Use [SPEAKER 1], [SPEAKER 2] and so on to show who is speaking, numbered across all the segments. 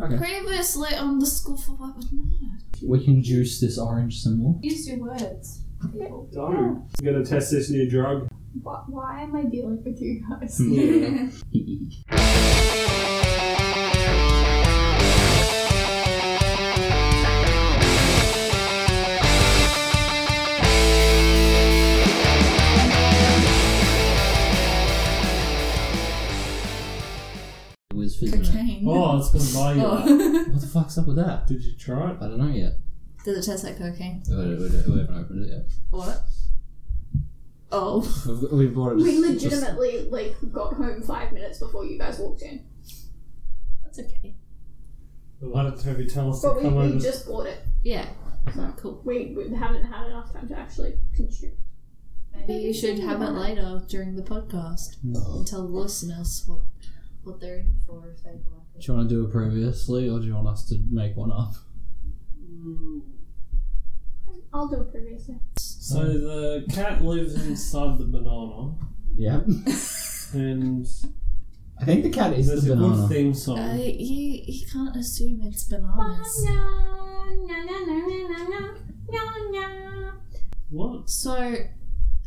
[SPEAKER 1] Okay.
[SPEAKER 2] Previously on the School for Weapons.
[SPEAKER 1] We can juice this orange some more.
[SPEAKER 3] Use your words. people.
[SPEAKER 4] Don't. I'm gonna test this new drug.
[SPEAKER 3] Why, why am I dealing with you guys?
[SPEAKER 4] Yeah.
[SPEAKER 1] It was fizzing. out.
[SPEAKER 2] Cocaine.
[SPEAKER 5] Oh, it's gonna buy you. that.
[SPEAKER 2] Oh.
[SPEAKER 1] What the fuck's up with that?
[SPEAKER 5] Did you try it?
[SPEAKER 1] I don't know yet.
[SPEAKER 2] Does it taste like cocaine?
[SPEAKER 1] We haven't we haven't opened it yet.
[SPEAKER 2] What? Oh.
[SPEAKER 1] We've, got- we've bought it.
[SPEAKER 3] We
[SPEAKER 1] just-
[SPEAKER 3] legitimately like got home five minutes before you guys walked in,
[SPEAKER 2] That's okay.
[SPEAKER 5] Why didn't Toby tell us
[SPEAKER 3] but
[SPEAKER 5] to
[SPEAKER 3] we,
[SPEAKER 5] come over?
[SPEAKER 3] we just bought it.
[SPEAKER 2] Yeah.
[SPEAKER 3] So
[SPEAKER 2] Cool.
[SPEAKER 3] we, we haven't had enough time to actually consume.
[SPEAKER 2] Maybe you should have it later during the podcast and tell the listeners what, what they're in for if they like it.
[SPEAKER 1] Do you want to do it previously, or do you want us to make one up?
[SPEAKER 3] I'll do it previously.
[SPEAKER 5] So the cat lives inside the banana,
[SPEAKER 1] Yeah.
[SPEAKER 5] and
[SPEAKER 1] I think the cat is
[SPEAKER 5] there's
[SPEAKER 1] the
[SPEAKER 5] a good
[SPEAKER 1] banana.
[SPEAKER 5] theme
[SPEAKER 2] Uh,
[SPEAKER 5] song.
[SPEAKER 2] you, you can't assume it's bananas.
[SPEAKER 5] What?
[SPEAKER 2] So,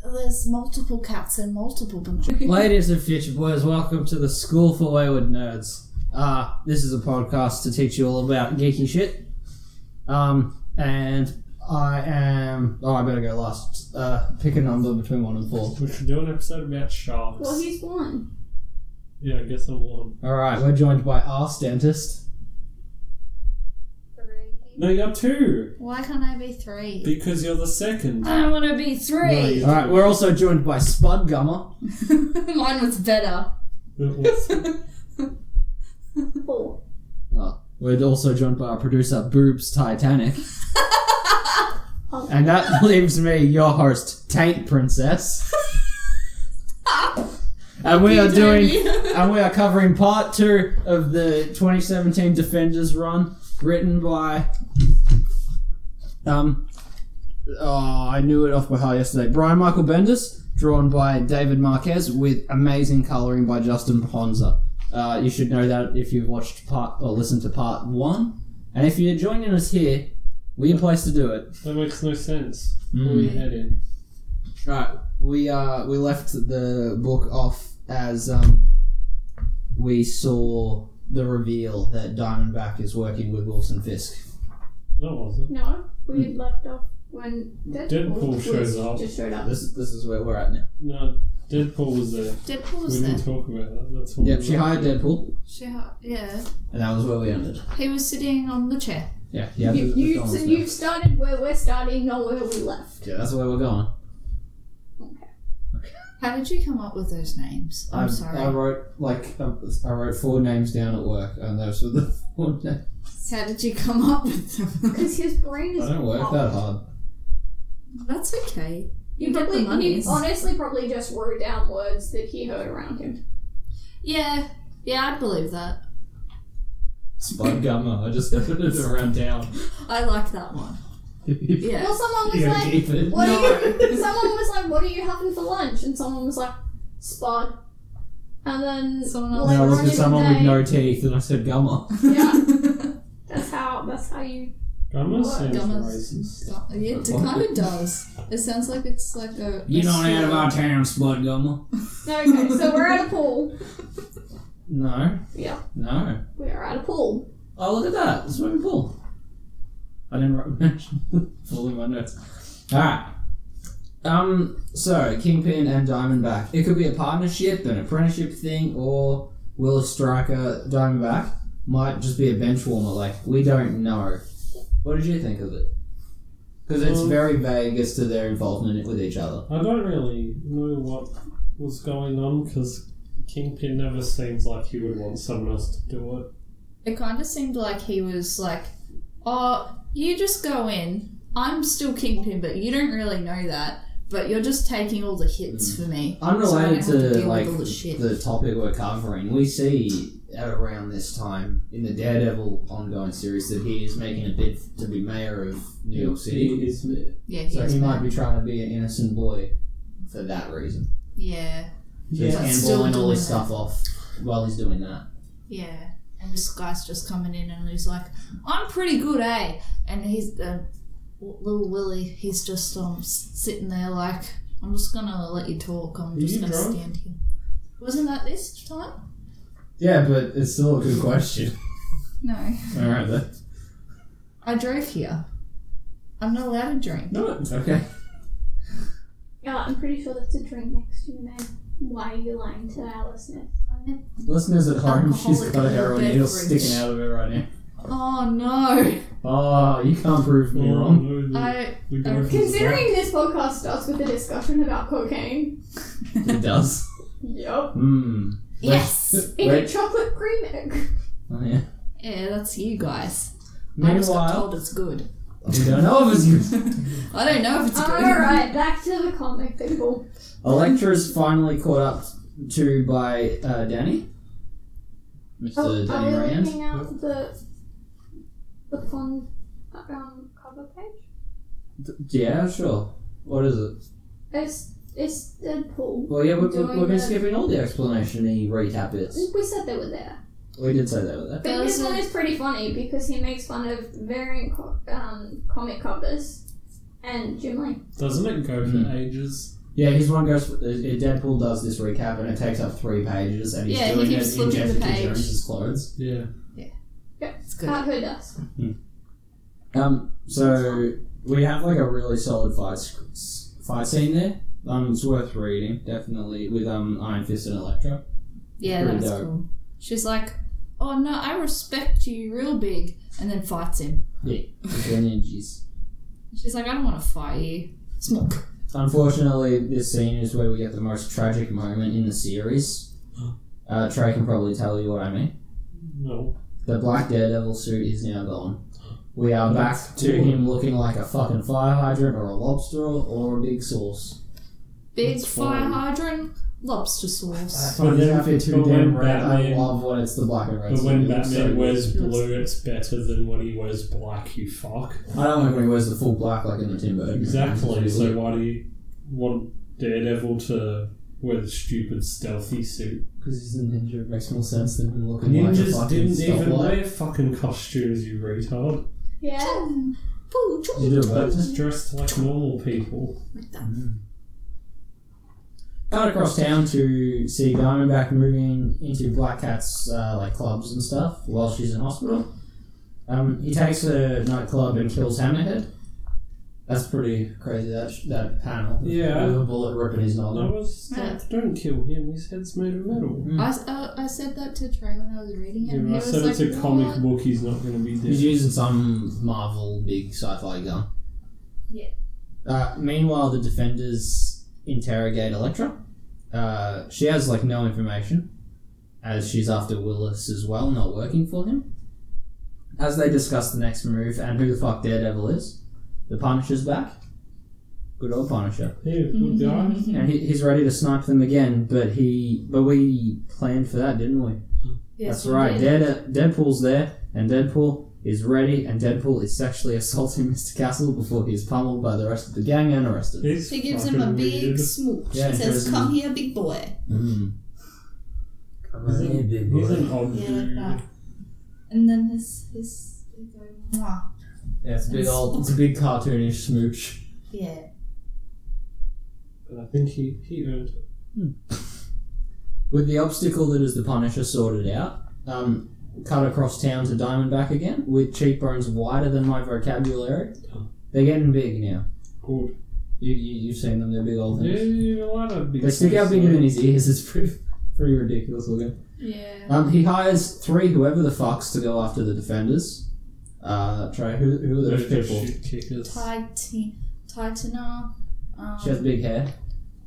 [SPEAKER 2] there's multiple cats and multiple bananas.
[SPEAKER 1] Ladies and future boys, welcome to the School for Wayward Nerds. Uh, this is a podcast to teach you all about geeky shit. Um, and I am. Oh, I better go last. Uh, pick a number between one and four.
[SPEAKER 5] We should do an episode about sharks.
[SPEAKER 3] Well, he's one.
[SPEAKER 5] yeah, I guess I'm one.
[SPEAKER 1] All right, we're joined by Arse Dentist.
[SPEAKER 5] No, you're two
[SPEAKER 2] Why can't I be three?
[SPEAKER 5] because you're the second.
[SPEAKER 2] I want to be
[SPEAKER 5] No,
[SPEAKER 2] three!
[SPEAKER 5] you-
[SPEAKER 1] All right, we're also joined by Spud Gummer.
[SPEAKER 2] Mine was better.
[SPEAKER 3] Four.
[SPEAKER 1] Oh, We're also joined by our producer Boobs Titanic, and that leaves me, your host Taint Princess, and we are doing. and we are covering part two of the 2017 Defenders run, written by. Um, oh, I knew it off by heart yesterday. Brian Michael Bendis, drawn by David Marquez, with amazing coloring by Justin Ponza. Uh, you should know that if you've watched part or listened to part one, and if you're joining us here, weird place to do it.
[SPEAKER 5] that makes no sense. Where we head in?
[SPEAKER 1] Right. We uh we left the book off as um we saw the reveal that Diamondback is working with Wilson Fisk.
[SPEAKER 5] No, it wasn't.
[SPEAKER 3] No, we had left off when Deadpool,
[SPEAKER 5] Hmm. Deadpool
[SPEAKER 3] was-
[SPEAKER 5] shows up.
[SPEAKER 3] Just showed up.
[SPEAKER 1] This this is where we're at now.
[SPEAKER 5] No, Deadpool was there.
[SPEAKER 2] Deadpool
[SPEAKER 5] We
[SPEAKER 2] was there.
[SPEAKER 5] didn't talk about that. That's what
[SPEAKER 1] Yep,
[SPEAKER 5] we
[SPEAKER 1] she
[SPEAKER 5] were-
[SPEAKER 1] hired Deadpool,
[SPEAKER 2] She ha- yeah.
[SPEAKER 1] and that was where we ended.
[SPEAKER 2] He was sitting on the chair.
[SPEAKER 1] Yeah, yeah.
[SPEAKER 3] you, you, so you've started where we're starting, not where we left.
[SPEAKER 1] yeah, that's where we're going.
[SPEAKER 2] How did you come up with those names? I'm,
[SPEAKER 1] I-
[SPEAKER 2] sorry.
[SPEAKER 1] I wrote like um, I wrote four names down at work, and those were the four names.
[SPEAKER 2] How did you come up with them?
[SPEAKER 3] Because his brain
[SPEAKER 1] I
[SPEAKER 3] is.
[SPEAKER 1] don't work that hard.
[SPEAKER 2] That's okay.
[SPEAKER 3] You
[SPEAKER 2] get
[SPEAKER 3] probably,
[SPEAKER 2] the
[SPEAKER 3] he
[SPEAKER 2] monies.
[SPEAKER 3] honestly probably just wrote down words that he heard around him.
[SPEAKER 2] Yeah, yeah, I'd believe that.
[SPEAKER 1] Spud gummer. I just put it around town.
[SPEAKER 2] I like that one. Yeah.
[SPEAKER 3] Well, someone was
[SPEAKER 1] You're gonna
[SPEAKER 3] like,
[SPEAKER 1] keep it.
[SPEAKER 3] "What are you?" Someone was like, "What are you having for lunch?" And someone was like, "Spud." And then
[SPEAKER 2] Someone else-
[SPEAKER 3] well,
[SPEAKER 1] And I looked
[SPEAKER 3] later on
[SPEAKER 1] at
[SPEAKER 3] in
[SPEAKER 1] someone
[SPEAKER 3] the
[SPEAKER 1] with
[SPEAKER 3] day-
[SPEAKER 1] no teeth and I said gummer.
[SPEAKER 3] That's how. That's how you.
[SPEAKER 5] Gummer
[SPEAKER 3] What?
[SPEAKER 5] sounds
[SPEAKER 2] Gummer's-
[SPEAKER 5] racist.
[SPEAKER 2] It kind of does. It sounds like it's like a.
[SPEAKER 1] You
[SPEAKER 2] a
[SPEAKER 1] know out of
[SPEAKER 2] slur.
[SPEAKER 1] our town, Spud Gummer.
[SPEAKER 3] No, okay. So we're at a pool.
[SPEAKER 1] No,
[SPEAKER 3] Yeah,
[SPEAKER 1] no.
[SPEAKER 3] we are at a pool.
[SPEAKER 1] Oh, look at that. The swimming pool. I didn't write- mention full in my notes. Alright. Um, so, Kingpin and Diamondback. It could be a partnership, an apprenticeship thing, or will a striker, Diamondback, might just be a bench warmer. Like, we don't know. What did you think of it? Because it's
[SPEAKER 5] Um,
[SPEAKER 1] very vague as to their involvement with each other.
[SPEAKER 5] I don't really know what was going on because Kingpin never seems like he would want someone else to do it.
[SPEAKER 2] It kind of seemed like he was like, "Oh, you just go in. I'm still kingpin, but you don't really know that. But you're just taking all the
[SPEAKER 1] Mm.
[SPEAKER 2] hits for me."
[SPEAKER 1] Unrelated
[SPEAKER 2] So I don't have to
[SPEAKER 1] to
[SPEAKER 2] deal
[SPEAKER 1] like
[SPEAKER 2] with all the shit.
[SPEAKER 1] the topic we're covering, we see at around this time in the Daredevil ongoing series that he is making a bid to be mayor of New York City.
[SPEAKER 5] He is-
[SPEAKER 2] Yeah, he
[SPEAKER 1] So
[SPEAKER 2] was
[SPEAKER 1] he might
[SPEAKER 2] bad.
[SPEAKER 1] be trying to be an innocent boy for that reason.
[SPEAKER 2] Yeah,
[SPEAKER 1] So he's
[SPEAKER 2] Yeah.
[SPEAKER 1] handballing
[SPEAKER 2] Still
[SPEAKER 1] all
[SPEAKER 2] doing
[SPEAKER 1] his
[SPEAKER 2] that.
[SPEAKER 1] stuff off while he's doing that.
[SPEAKER 2] yeah. And this guy's just coming in and he's like, I'm pretty good, eh? And he's, uh, w- little Willie, he's just um, s- sitting there like, I'm just gonna let you talk. I'm
[SPEAKER 5] Are
[SPEAKER 2] just
[SPEAKER 5] you
[SPEAKER 2] gonna
[SPEAKER 5] drunk?
[SPEAKER 2] stand here. Wasn't that this time?
[SPEAKER 1] Yeah, but it's still a good question.
[SPEAKER 2] No.
[SPEAKER 1] All right, then.
[SPEAKER 2] I drove here. I'm not allowed to drink.
[SPEAKER 5] No.
[SPEAKER 1] Okay.
[SPEAKER 3] Yeah, I'm pretty sure that's a drink next to your name. Why are you lying to our listeners?
[SPEAKER 1] Listeners at home, she's got a
[SPEAKER 2] Alcoholic
[SPEAKER 1] heroin needle
[SPEAKER 2] beverage.
[SPEAKER 1] sticking out of it right now.
[SPEAKER 2] Oh no!
[SPEAKER 1] Oh, you can't prove me wrong.
[SPEAKER 5] Hmm.
[SPEAKER 2] I
[SPEAKER 5] We
[SPEAKER 2] Um,
[SPEAKER 5] go
[SPEAKER 3] Considering this podcast starts with a discussion about cocaine.
[SPEAKER 1] It does.
[SPEAKER 3] Yup.
[SPEAKER 1] Hmm.
[SPEAKER 2] yes.
[SPEAKER 3] In a
[SPEAKER 1] Wait.
[SPEAKER 3] chocolate cream egg.
[SPEAKER 1] Oh, yeah.
[SPEAKER 2] Yeah, that's you guys. I just got
[SPEAKER 1] Meanwhile,
[SPEAKER 2] told it's good.
[SPEAKER 1] we don't know if it's good.
[SPEAKER 2] I don't know if it's
[SPEAKER 3] Oh,
[SPEAKER 2] good.
[SPEAKER 3] Alright, back to the comic people.
[SPEAKER 1] Electra's finally caught up to by uh, Danny. Mr.
[SPEAKER 3] Oh, are
[SPEAKER 1] Danny
[SPEAKER 3] we
[SPEAKER 1] Rand.
[SPEAKER 3] looking out the the con um, cover page?
[SPEAKER 1] Yeah, sure. What is it?
[SPEAKER 3] It's it's Deadpool.
[SPEAKER 1] Well, yeah, we've, we've
[SPEAKER 3] Doing
[SPEAKER 1] been
[SPEAKER 3] the-
[SPEAKER 1] skipping all the explanation and recap bits.
[SPEAKER 3] We said they were there.
[SPEAKER 2] Hmm?
[SPEAKER 1] We did say that with that.
[SPEAKER 3] But this
[SPEAKER 2] Those
[SPEAKER 3] one
[SPEAKER 2] are-
[SPEAKER 3] is pretty funny because he makes fun of variant co- um, comic covers and Jim Lee.
[SPEAKER 5] Doesn't it go for
[SPEAKER 1] Mm.
[SPEAKER 5] ages?
[SPEAKER 1] Yeah, his one goes. uh, Deadpool does this recap, and it takes up three pages, and he's
[SPEAKER 2] Yeah, he
[SPEAKER 1] doing
[SPEAKER 2] keeps
[SPEAKER 1] it in
[SPEAKER 2] flipping the
[SPEAKER 1] Jessica
[SPEAKER 2] page.
[SPEAKER 1] Jones's clothes.
[SPEAKER 5] Yeah.
[SPEAKER 2] It's good.
[SPEAKER 3] That who does.
[SPEAKER 1] Um, so we have like a really solid fight sc- s- fight scene there. Um, it's worth reading, definitely, with um Iron Fist and Elektra.
[SPEAKER 2] Yeah,
[SPEAKER 1] pretty
[SPEAKER 2] that's
[SPEAKER 1] dope.
[SPEAKER 2] cool. She's like, "Oh no, I respect you, real big," and then fights him.
[SPEAKER 1] Their ninjas.
[SPEAKER 2] She's like, "I don't want to fight you." Smoke.
[SPEAKER 1] Unfortunately, this scene is where we get the most tragic moment in the series. Uh, Trey can probably tell you what I mean.
[SPEAKER 5] No.
[SPEAKER 1] The black daredevil suit is now gone. We are
[SPEAKER 5] That's
[SPEAKER 1] back to
[SPEAKER 5] cool.
[SPEAKER 1] him looking like a fucking fire hydrant or a lobster or a big sauce.
[SPEAKER 2] Big
[SPEAKER 5] That's
[SPEAKER 2] fire
[SPEAKER 5] fine.
[SPEAKER 2] hydrant, lobster
[SPEAKER 1] I
[SPEAKER 2] sauce.
[SPEAKER 1] find
[SPEAKER 5] But
[SPEAKER 1] this
[SPEAKER 5] then-
[SPEAKER 1] outfit too
[SPEAKER 5] but
[SPEAKER 1] damn
[SPEAKER 5] when
[SPEAKER 1] red. I
[SPEAKER 5] Batman-
[SPEAKER 1] love when it's the black and red.
[SPEAKER 5] But
[SPEAKER 1] suit.
[SPEAKER 5] when
[SPEAKER 1] It looks so
[SPEAKER 5] Batman
[SPEAKER 1] good.
[SPEAKER 5] wears blue, it's better than when he wears black, you fuck.
[SPEAKER 1] I don't like when he wears the full black like in the Tim Burton.
[SPEAKER 5] Exactly.
[SPEAKER 1] It's
[SPEAKER 5] So
[SPEAKER 1] really-
[SPEAKER 5] why do you want Daredevil to wear the stupid stealthy suit?
[SPEAKER 1] Because he's a ninja, it makes more sense than him looking like a
[SPEAKER 5] Ninjas
[SPEAKER 1] fucking
[SPEAKER 5] didn't even
[SPEAKER 1] stoplight.
[SPEAKER 5] wear fucking costumes, you retard.
[SPEAKER 3] Yeah.
[SPEAKER 2] Poo, choo.
[SPEAKER 1] You do it,
[SPEAKER 5] They
[SPEAKER 1] but-
[SPEAKER 5] just dressed like normal people.
[SPEAKER 2] Like that.
[SPEAKER 1] Cut across town to see Diamondback moving into Black Cat's uh, like clubs and stuff while she's in hospital. Um, he takes her nightclub and kills Hammerhead. That's pretty crazy. That that panel.
[SPEAKER 5] Yeah.
[SPEAKER 1] With a bullet ripping his
[SPEAKER 5] I
[SPEAKER 1] noggin.
[SPEAKER 5] was
[SPEAKER 2] Yeah.
[SPEAKER 5] like, don't kill him. His head's made of metal.
[SPEAKER 2] I, s- uh, I said that to Trey when I was reading it. and he
[SPEAKER 5] Yeah, I
[SPEAKER 2] was
[SPEAKER 5] said
[SPEAKER 2] like,
[SPEAKER 5] it's a comic
[SPEAKER 2] "What?"
[SPEAKER 5] book. He's not going to be
[SPEAKER 1] He's
[SPEAKER 5] dead.
[SPEAKER 1] using some Marvel big sci-fi gun.
[SPEAKER 2] Yeah.
[SPEAKER 1] Uh, meanwhile, the defenders interrogate Elektra. Uh, she has like no information, as she's after Willis as well, not working for him. As they discuss the next move and who the fuck Daredevil is, the Punisher's back. Good old Punisher
[SPEAKER 5] Yeah,
[SPEAKER 2] Mm-hmm.
[SPEAKER 5] good guy.
[SPEAKER 1] and he, he's ready to snipe them again. But he, but we planned for that, didn't we?
[SPEAKER 2] Yes,
[SPEAKER 1] That's right.
[SPEAKER 2] indeed.
[SPEAKER 1] Dead, Deadpool's there, and Deadpool is ready, and Deadpool is sexually assaulting Mr. Castle before he is pummeled by the rest of the gang and arrested.
[SPEAKER 5] He's
[SPEAKER 2] She gives him a
[SPEAKER 5] fucking
[SPEAKER 2] big
[SPEAKER 5] weird.
[SPEAKER 2] smooch.
[SPEAKER 1] Yeah,
[SPEAKER 2] she
[SPEAKER 1] he
[SPEAKER 2] says,
[SPEAKER 1] does.
[SPEAKER 2] "Come here, big boy."
[SPEAKER 1] Mm.
[SPEAKER 5] He's an- He's an odd
[SPEAKER 2] Yeah, like
[SPEAKER 5] dude.
[SPEAKER 2] that. And then his his they go, Mwah.
[SPEAKER 1] Yeah, it's a big
[SPEAKER 2] It's-
[SPEAKER 1] old, it's a big cartoonish smooch.
[SPEAKER 2] Yeah.
[SPEAKER 5] But I think he, he earned it.
[SPEAKER 1] With the obstacle that is the Punisher sorted out, um, cut across town to Diamondback again with cheekbones wider than my vocabulary. They're getting big now.
[SPEAKER 5] Good.
[SPEAKER 1] You, you you've seen them? They're big old things.
[SPEAKER 5] Yeah, a lot of big
[SPEAKER 1] They stick out
[SPEAKER 5] faces.
[SPEAKER 1] bigger than his ears. It's pretty, pretty ridiculous looking.
[SPEAKER 2] Yeah.
[SPEAKER 1] Um, he hires three whoever the fucks to go after the defenders. Uh, Trey, who, who are
[SPEAKER 5] They're
[SPEAKER 1] those
[SPEAKER 5] just
[SPEAKER 1] people?
[SPEAKER 5] shit kickers.
[SPEAKER 2] Titan Titanar. Um,
[SPEAKER 1] She has big hair.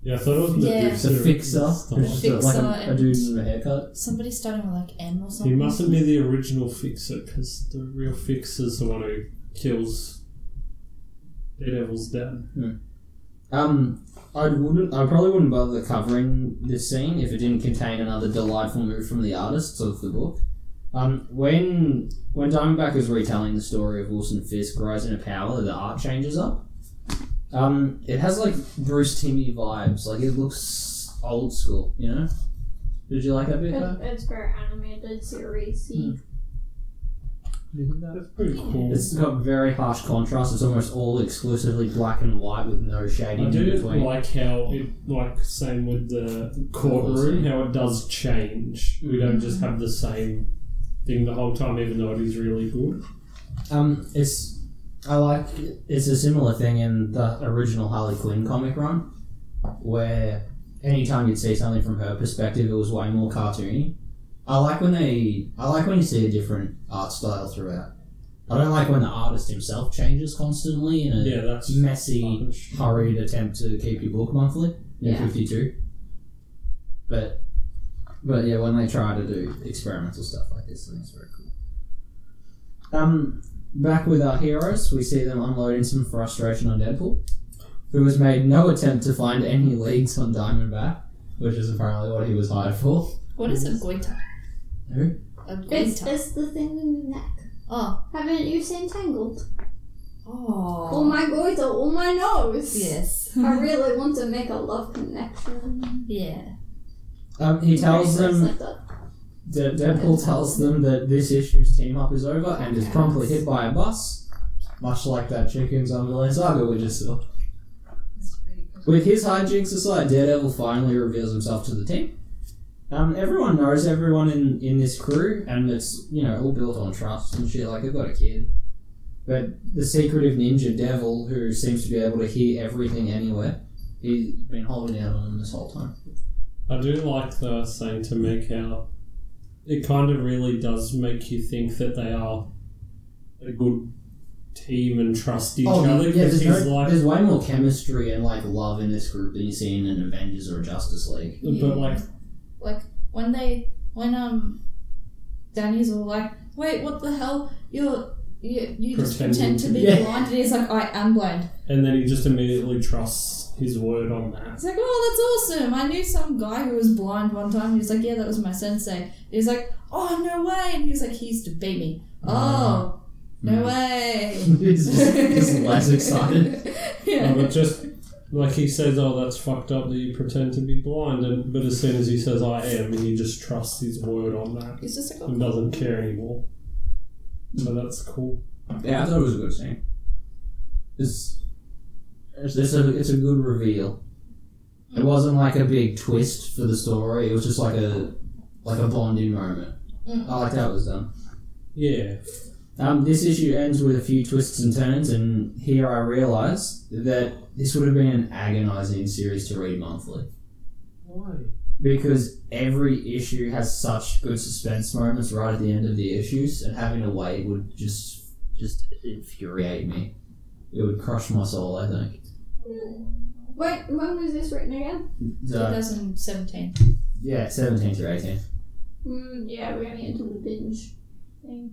[SPEAKER 5] Yeah, I thought it was the
[SPEAKER 2] Yeah.
[SPEAKER 1] It's a fixer. Who's
[SPEAKER 5] Stuff.
[SPEAKER 1] just like a,
[SPEAKER 2] Fixer
[SPEAKER 1] a dude
[SPEAKER 2] and-
[SPEAKER 1] with a haircut.
[SPEAKER 2] somebody starting with like M or
[SPEAKER 5] He
[SPEAKER 2] something.
[SPEAKER 5] mustn't be the original fixer because the real fixer's the one who kills Daredevil's dad.
[SPEAKER 1] Um, I wouldn't. I probably wouldn't bother covering this scene if it didn't contain another delightful move from the artists of the book. Um, when when Diamondback is retelling the story of Wilson Fisk rising to power, the art changes up. Um, it has like Bruce Timmie vibes. Like it looks old school, you know. Did you like that bit? though?
[SPEAKER 3] It- It's very animated series.
[SPEAKER 1] Hmm. Did you think that?
[SPEAKER 5] That's pretty cool.
[SPEAKER 1] It's got very harsh contrast. It's almost all exclusively black and white with no shading
[SPEAKER 5] I
[SPEAKER 1] in
[SPEAKER 5] do
[SPEAKER 1] between.
[SPEAKER 5] like how, it, like, same with the courtroom, how it does change. We don't just have the same thing the whole time, even though it is really good.
[SPEAKER 1] Um, it's I like it's a similar thing in the original Harley Quinn comic run, where anytime you'd see something from her perspective, it was way more cartoony. I like when they I like when you see a different art style throughout. I don't like when the artist himself changes constantly in a
[SPEAKER 5] Yeah, that's
[SPEAKER 1] Mm. messy,
[SPEAKER 5] rubbish.
[SPEAKER 1] hurried attempt E to keep your book monthly in
[SPEAKER 2] Yeah.
[SPEAKER 1] fifty two. But but yeah, when they try to do experimental stuff like this, I think it's very cool. Um, Back with our heroes, we see them unloading some frustration on Deadpool, who has made no attempt to find any leads on Diamondback, which is apparently what he was hired for.
[SPEAKER 2] What is a goiter?
[SPEAKER 1] Who?
[SPEAKER 2] A
[SPEAKER 3] It's,
[SPEAKER 2] goiter.
[SPEAKER 3] it's the thing in the neck.
[SPEAKER 2] Oh.
[SPEAKER 3] Haven't you seen Tangled?
[SPEAKER 2] Oh.
[SPEAKER 3] Or my goiter, or my nose.
[SPEAKER 2] yes.
[SPEAKER 3] I really want to make a love connection.
[SPEAKER 2] yeah.
[SPEAKER 1] Um, he tells
[SPEAKER 3] Very nice
[SPEAKER 1] them,
[SPEAKER 3] like that.
[SPEAKER 1] De- Deadpool tells them that this issue's team up is over and is promptly hit by a bus, much like that chicken's underland saga we just saw. With his hijinks aside, Daredevil finally reveals himself to the team. Um, everyone knows everyone in, in this crew, and it's you know all built on trust and shit. Like they've got a kid, but the secretive ninja devil who seems to be able to hear everything anywhere, he's been holding out on them this whole time.
[SPEAKER 5] I do like the saying to make how it kind of really does make you think that they are a good team and trust each other
[SPEAKER 1] Oh, yeah,
[SPEAKER 5] because
[SPEAKER 1] there's,
[SPEAKER 5] he's
[SPEAKER 1] no-
[SPEAKER 5] like
[SPEAKER 1] there's way more chemistry and like love in this group than you see in an Avengers or a Justice League.
[SPEAKER 5] but like
[SPEAKER 2] When they, when um, Danny's all like, "Wait, what the hell? You're you, you just pretend
[SPEAKER 5] Pretending
[SPEAKER 2] to be
[SPEAKER 1] to be-
[SPEAKER 2] blind." And he's like, "I am blind."
[SPEAKER 5] and then he just immediately trusts his word on that.
[SPEAKER 2] He's like, oh, that's awesome. I knew some guy who was blind one time. He was like, yeah, that was my sensei. He's like, oh, no way. And he was like, he used to beat me. Oh, no
[SPEAKER 1] Mm.
[SPEAKER 2] way.
[SPEAKER 1] He's just, just less excited.
[SPEAKER 5] Uh,
[SPEAKER 2] yeah.
[SPEAKER 1] Um,
[SPEAKER 5] but just like he says, oh, that's fucked up that you pretend to be blind, and but as soon as he says I am, he just trusts his word on that
[SPEAKER 2] He's just like,
[SPEAKER 5] and
[SPEAKER 2] oh,
[SPEAKER 5] doesn't care anymore. So that's cool.
[SPEAKER 1] Yeah, I thought it was a good scene. It's it's, it's a it's a good reveal.
[SPEAKER 2] Mm.
[SPEAKER 1] It wasn't like a big twist for the story. It was just like a like a bonding moment.
[SPEAKER 2] Mm.
[SPEAKER 1] I liked how it was done.
[SPEAKER 5] Yeah,
[SPEAKER 1] Um, this issue ends with a few twists and turns, and here I realise that this would have been an agonising series to read monthly.
[SPEAKER 5] why?
[SPEAKER 1] because every issue has such good suspense moments right at the end of the issues, and having to wait would just just infuriate me. It would crush my soul. I think.
[SPEAKER 3] Hmm. Wait, when was this written again?
[SPEAKER 1] So,
[SPEAKER 2] 2017.
[SPEAKER 1] yeah, seventeen to eighteen.
[SPEAKER 3] Mm, yeah, we're gonna get into the binge thing.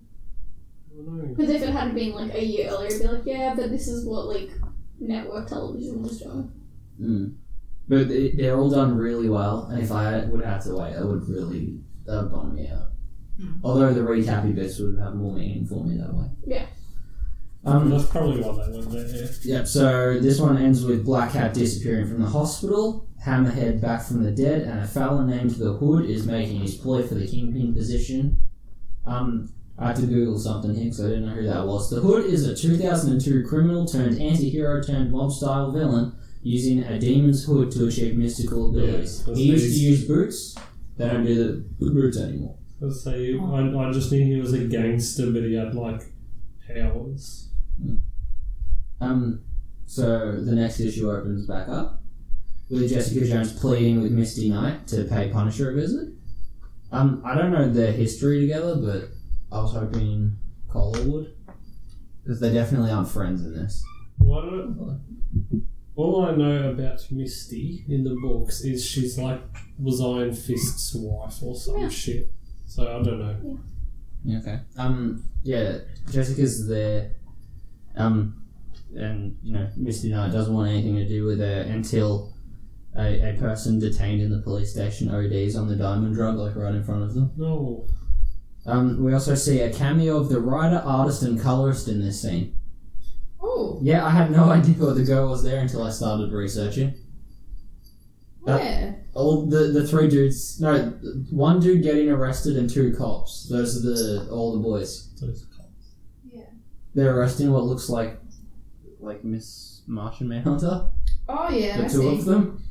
[SPEAKER 5] I don't know.
[SPEAKER 3] Because if it had been like a year earlier, it'd be like, yeah, but this is what like network television was doing.
[SPEAKER 1] Mm. But they- they're all done really well, and if I would have to wait, that would really that would bum me out. Although the recappy bits would have more meaning for me that way.
[SPEAKER 3] Yeah.
[SPEAKER 1] Um,
[SPEAKER 5] that's probably why they went there. Yeah.
[SPEAKER 1] Yep, so this one ends with Black Cat disappearing from the hospital, Hammerhead back from the dead, and a fella named The Hood is making his ploy for the kingpin position. Um, I had to Google something here because I didn't know who that was. The Hood is a 2002 criminal turned anti hero turned mob style villain using a demon's hood to achieve mystical abilities.
[SPEAKER 5] Yeah,
[SPEAKER 1] he used
[SPEAKER 5] that's
[SPEAKER 1] to
[SPEAKER 5] these-
[SPEAKER 1] use boots, they don't do the boots anymore.
[SPEAKER 5] Let's say I, I just knew he was a gangster, but he had like powers.
[SPEAKER 1] Um, so the next issue opens back up with Jessica Jones pleading with Misty Knight to pay Punisher a visit. Um, I don't know their history together, but I was hoping Cola would. Because they definitely aren't friends in this.
[SPEAKER 5] What? All I know about Misty in the books is she's like was Iron Fist's wife or some
[SPEAKER 3] Yeah.
[SPEAKER 5] shit. So I don't know.
[SPEAKER 1] Okay. Um, yeah, Jessica's there. Um, and, you know, Misty Knight doesn't want anything to do with her until a, a person detained in the police station ODs on the diamond drug, like right in front of them.
[SPEAKER 5] No,
[SPEAKER 1] Um, we also see a cameo of the writer, artist, and colorist in this scene.
[SPEAKER 2] Oh,
[SPEAKER 1] Yeah, I had no idea what the girl was there until I started researching. Uh,
[SPEAKER 2] yeah.
[SPEAKER 1] All the the three dudes. No, one dude getting arrested and two cops. Those are the all the boys. They're arresting what looks like like Miss Martian Manhunter.
[SPEAKER 2] Oh yeah, I
[SPEAKER 1] the two
[SPEAKER 2] see.
[SPEAKER 1] of them.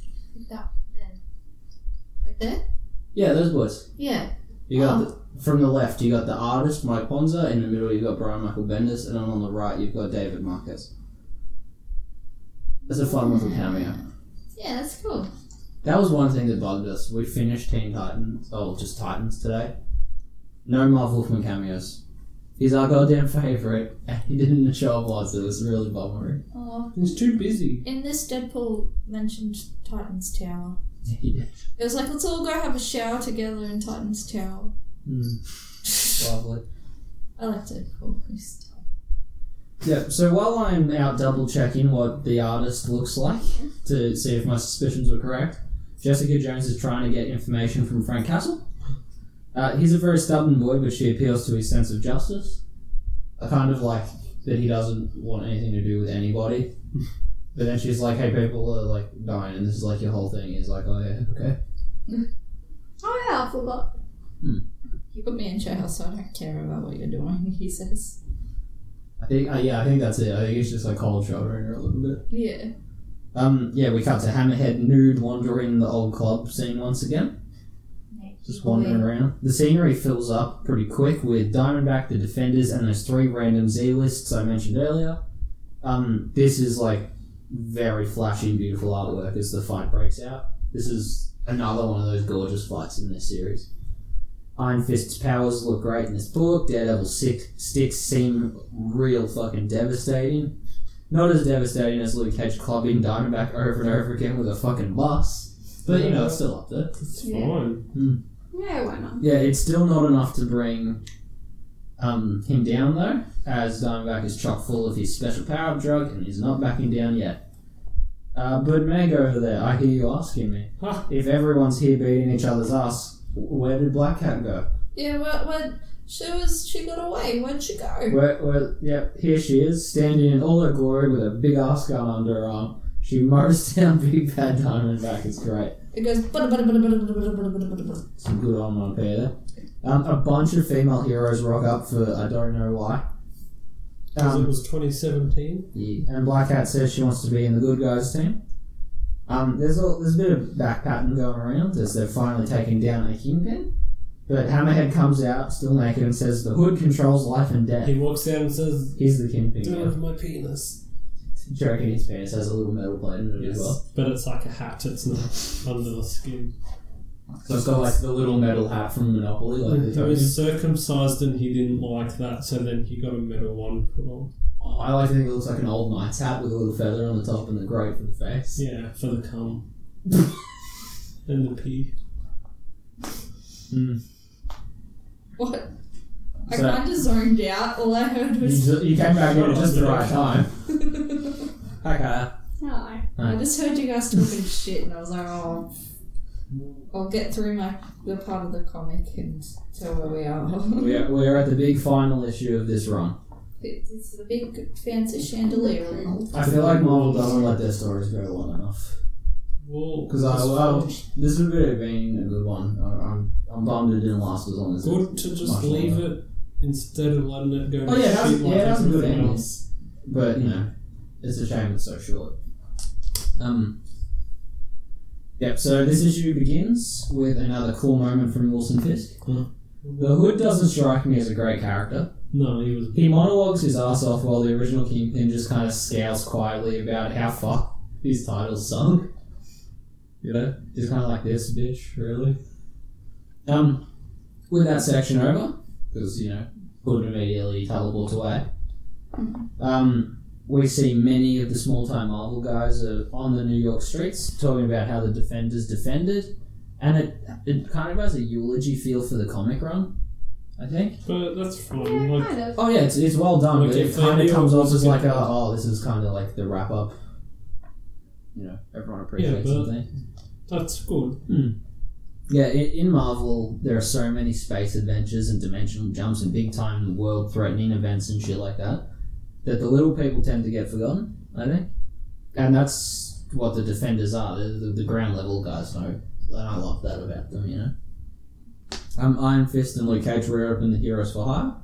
[SPEAKER 2] Right there.
[SPEAKER 1] Yeah, those boys.
[SPEAKER 2] Yeah.
[SPEAKER 1] You got the, from the left. You got the artist Mike Ponza. In the middle, you have got Brian Michael Bendis, and then on the right, you've got David Marquez. That's a fun little cameo.
[SPEAKER 2] Yeah, that's cool.
[SPEAKER 1] That was one thing that bugged us. We finished Teen Titans, oh, just Titans today. No Marv Wolfman cameos. He's our goddamn favourite, and he didn't show up once. It was really bummering.
[SPEAKER 2] Oh,
[SPEAKER 5] He's too busy.
[SPEAKER 2] in this Deadpool mentioned Titan's Tower.
[SPEAKER 1] He did.
[SPEAKER 2] It was like let's all go have a shower together in Titan's Tower.
[SPEAKER 1] Lovely.
[SPEAKER 2] I like Deadpool. He's tough.
[SPEAKER 1] Yep, so while I'm out double checking what the artist looks like to see if my suspicions were correct, Jessica Jones is trying to get information from Frank Castle. Uh, he's a very stubborn boy, but she appeals to his sense of justice. A kind of like that he doesn't want anything to do with anybody. but then she's like, hey, people are like dying, and this is like your whole thing. He's like, oh, yeah, okay.
[SPEAKER 3] Oh yeah, I forgot.
[SPEAKER 2] You put me in jail, so I don't care about what you're doing. He says.
[SPEAKER 1] I think, uh, yeah, I think that's it. I think it's just like cold shouldering her a little bit.
[SPEAKER 2] Yeah.
[SPEAKER 1] Um, yeah, we cut to Hammerhead nude wandering the old club scene once again. Just wandering around. The scenery fills up pretty quick with Diamondback, the Defenders, and those three random Z lists I mentioned earlier. Um, this is like very flashy and beautiful artwork as the fight breaks out. This is another one of those gorgeous fights in this series. Iron Fist's powers look great in this book. Daredevil's sick, sticks seem real fucking devastating not as devastating as Luke Cage clubbing Diamondback over and over again with a fucking bus, but you know, it's still up there.
[SPEAKER 5] It's
[SPEAKER 3] Yeah.
[SPEAKER 5] fine.
[SPEAKER 3] Yeah, why not?
[SPEAKER 1] Yeah, it's still not enough to bring um, him down though, as Diamondback is chock full of his special power drug and he's not backing down yet. Uh, Bird Meg over there, I hear you asking me
[SPEAKER 5] Huh.
[SPEAKER 1] if everyone's here beating each other's ass. Where did Black Hat go?
[SPEAKER 2] Yeah. What? What? She was. She got away. Where'd she go?
[SPEAKER 1] Where, where, yep, here she is, standing in all her glory with a big ass gun under her arm. She mows down Big Bad Diamondback. It's great.
[SPEAKER 2] It goes. "Bada, bada, bada, bada, bada, bada, bada, bada, bada."
[SPEAKER 1] some good on one pair there. Um, a bunch of female heroes rock up for I don't know why.
[SPEAKER 5] 'Cause it
[SPEAKER 1] Um,
[SPEAKER 5] was 2017.
[SPEAKER 1] and Black Hat says she wants to be in the good guys team. Um, there's a there's a bit of back pattern going around as they're finally taking down a kingpin. But Hammerhead comes out still naked and says the hood controls life and death.
[SPEAKER 5] He walks out and says,
[SPEAKER 1] He's the kingpin.
[SPEAKER 5] "Do
[SPEAKER 1] Yeah.
[SPEAKER 5] have my penis."
[SPEAKER 1] Do you reckon his penis has a little metal plate in it as well?
[SPEAKER 5] Yes, but it's like a hat. It's not under the skin.
[SPEAKER 1] So it's got like the little metal hat from Monopoly, like the
[SPEAKER 5] He was circumcised and he didn't like that, so then he got a metal one put on.
[SPEAKER 1] Oh, I like to think it looks like an old knight's hat with a little feather on the top and the grey for the face.
[SPEAKER 5] Yeah, for the cum. and the pee.
[SPEAKER 2] What? I
[SPEAKER 1] So-
[SPEAKER 2] kind of zoned out. All I heard
[SPEAKER 1] You,
[SPEAKER 2] was.
[SPEAKER 1] ju- you came back in at just the right time. Okay.
[SPEAKER 3] No.
[SPEAKER 2] I just heard you guys talking shit, and I was like, oh, I'll get through my the part of the comic and tell where we are.
[SPEAKER 1] We are, we are at the big final issue of this run.
[SPEAKER 2] it's the big fancy chandelier. and
[SPEAKER 1] I feel like Marvel doesn't let their stories go long enough.
[SPEAKER 5] Well,
[SPEAKER 1] Because I, well, this would have been a good one. I, I'm, I'm bummed it didn't last as long as it
[SPEAKER 5] good to just leave it instead of letting it go.
[SPEAKER 1] Oh, yeah, that's-
[SPEAKER 5] shit like
[SPEAKER 1] yeah, that's a good
[SPEAKER 5] everything
[SPEAKER 1] ending.
[SPEAKER 5] else.
[SPEAKER 1] But, you know, it's a shame it's so short. Um, yep, so this issue begins with another cool moment from Wilson Fisk. The Hood doesn't strike me as a great character.
[SPEAKER 5] No, he was.
[SPEAKER 1] He monologues his ass off while the original Kingpin just kind of scowls quietly about how far his title's sunk. You know, he's kind of like this bitch, really. Um, with that section over, because you know, Hood immediately teleports away. Um, we see many of the small-time Marvel guys are on the New York streets talking about how the Defenders defended, and it it kind of has a eulogy feel for the comic run, I think.
[SPEAKER 5] But that's fine.
[SPEAKER 3] Yeah,
[SPEAKER 5] Like,
[SPEAKER 3] kind of.
[SPEAKER 1] Oh yeah, it's, it's well done,
[SPEAKER 5] Like,
[SPEAKER 1] but it
[SPEAKER 5] if
[SPEAKER 1] kind
[SPEAKER 5] they
[SPEAKER 1] of
[SPEAKER 5] knew
[SPEAKER 1] comes
[SPEAKER 5] it
[SPEAKER 1] off as
[SPEAKER 5] was
[SPEAKER 1] like,
[SPEAKER 5] gonna-
[SPEAKER 1] a, oh, this is kind of like the wrap up. You know, everyone appreciates
[SPEAKER 5] but-
[SPEAKER 1] something.
[SPEAKER 5] that's good.
[SPEAKER 1] Yeah, in, in Marvel, there are so many space adventures and dimensional jumps and big time world threatening events and shit like that that the little people tend to get forgotten. I think, and that's what the defenders are. The, the, the ground level guys know. And I love that about them, you know. Um, Iron Fist and Luke Cage reopened the Heroes for Hire.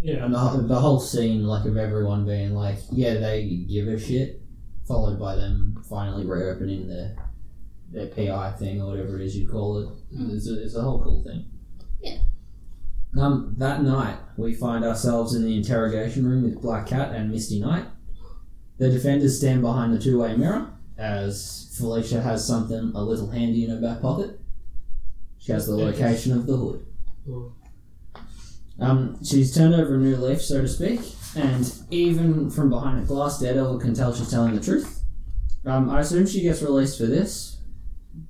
[SPEAKER 5] Yeah.
[SPEAKER 1] And the, whole- the whole scene, like, of everyone being like, yeah, they give a shit, followed by them finally reopening their their PI thing or whatever it is you call it. It's a, it's a whole cool thing.
[SPEAKER 3] Yeah.
[SPEAKER 1] Um, that night, we find ourselves in the interrogation room with Black Cat and Misty Knight. The defenders stand behind the two way mirror as Felicia has something a little handy in her back pocket. She has the location of the hood. Um, she's turned over a new leaf, so to speak, and even from behind a glass, Daredevil can tell she's telling the truth. Um, I assume she gets released for this,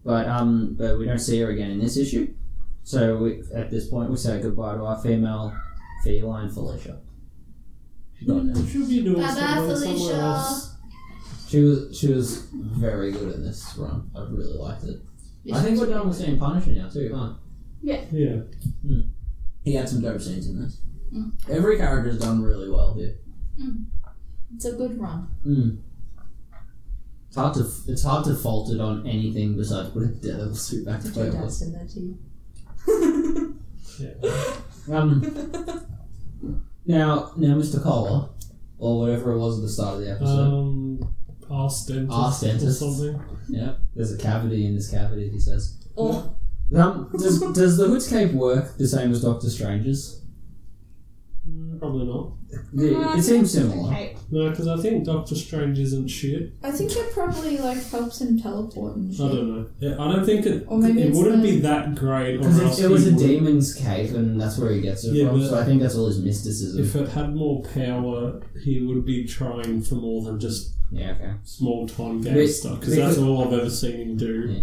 [SPEAKER 1] but um, but we don't see her again in this issue. So we, at this point, we say goodbye to our female feline Felicia. She got it.
[SPEAKER 5] Should be doing
[SPEAKER 3] Bye-bye,
[SPEAKER 5] somewhere, somewhere
[SPEAKER 3] Felicia.
[SPEAKER 5] else.
[SPEAKER 1] She was she was very good in this run. I really liked it. I think we're done with seeing Punisher now too, huh?
[SPEAKER 5] Yeah.
[SPEAKER 1] He had some dope scenes in this.
[SPEAKER 3] Mm.
[SPEAKER 1] Every character's done really well here.
[SPEAKER 2] It's a good run.
[SPEAKER 1] Mm. It's hard to it's hard to fault it on anything besides putting the devil suit back to
[SPEAKER 2] Did your dad
[SPEAKER 1] playable.
[SPEAKER 2] send that to you?
[SPEAKER 1] Um, now now Mr. Collar, or whatever it was at the start of the episode.
[SPEAKER 5] Um, past dentist,
[SPEAKER 1] Past dentist.
[SPEAKER 5] or something.
[SPEAKER 1] yeah, there's a cavity in this cavity. He says.
[SPEAKER 2] or
[SPEAKER 1] Um, does does the Hood's cape work the same as Doctor Strange's?
[SPEAKER 5] Mm, Probably not.
[SPEAKER 1] The- it seems similar.
[SPEAKER 3] Okay.
[SPEAKER 5] No, because I think Doctor Strange isn't shit.
[SPEAKER 2] I think it probably like helps him teleport and
[SPEAKER 5] I
[SPEAKER 2] shit.
[SPEAKER 5] don't know. Yeah, I don't think it.
[SPEAKER 2] Or maybe
[SPEAKER 5] it
[SPEAKER 2] it's
[SPEAKER 5] wouldn't
[SPEAKER 2] the-
[SPEAKER 5] be that great. Or
[SPEAKER 1] Because
[SPEAKER 5] else
[SPEAKER 1] it, it was
[SPEAKER 5] he
[SPEAKER 1] a
[SPEAKER 5] wouldn't-
[SPEAKER 1] demon's cape, and that's where he gets it
[SPEAKER 5] Yeah,
[SPEAKER 1] from.
[SPEAKER 5] but-
[SPEAKER 1] So I think that's all his mysticism.
[SPEAKER 5] If it had more power, he would be trying for more than just
[SPEAKER 1] yeah, okay.
[SPEAKER 5] small time game
[SPEAKER 1] Be-
[SPEAKER 5] stuff. Because that's
[SPEAKER 1] because-
[SPEAKER 5] all I've ever seen him do.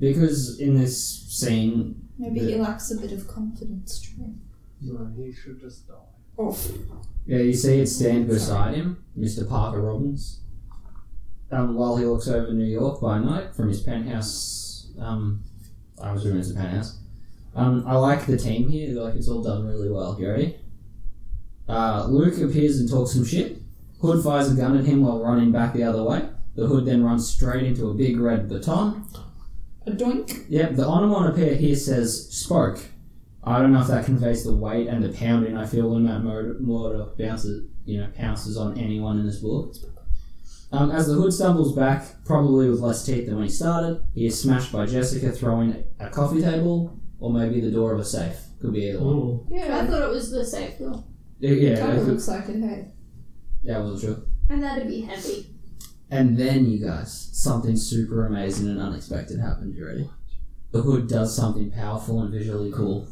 [SPEAKER 1] Because in this scene,
[SPEAKER 2] Maybe he lacks a bit of confidence. Oh, True.
[SPEAKER 4] No, he should just die.
[SPEAKER 1] Yeah, you see it stand beside him, Mr. Parker Robbins. Um, while he looks over New York by night from his penthouse, um, I was assuming it's a penthouse. Um, I like the team here. Like it's all done really well. Gary. Uh, Luke appears and talks some shit. Hood fires a gun at him while running back the other way. The hood then runs straight into a big red baton.
[SPEAKER 2] A doink.
[SPEAKER 1] Yep, the onomatopoeia here says spoke. I don't know if that conveys the weight and the pounding I feel when that murder, murder bounces, you know, pounces on anyone in this book. Um, as the hood stumbles back, probably with less teeth than when he started, he is smashed by Jessica throwing a coffee table or maybe the door of a safe. Could be either one.
[SPEAKER 5] Oh,
[SPEAKER 3] I
[SPEAKER 2] Yeah,
[SPEAKER 3] thought it was the safe door.
[SPEAKER 1] Yeah, yeah,
[SPEAKER 2] kind
[SPEAKER 1] it
[SPEAKER 2] of
[SPEAKER 1] could-
[SPEAKER 2] looks like it. Hey,
[SPEAKER 1] yeah, wasn't sure.
[SPEAKER 3] And that'd be heavy.
[SPEAKER 1] And then, you guys, something super amazing and unexpected happened. You ready? The hood does something powerful and visually cool.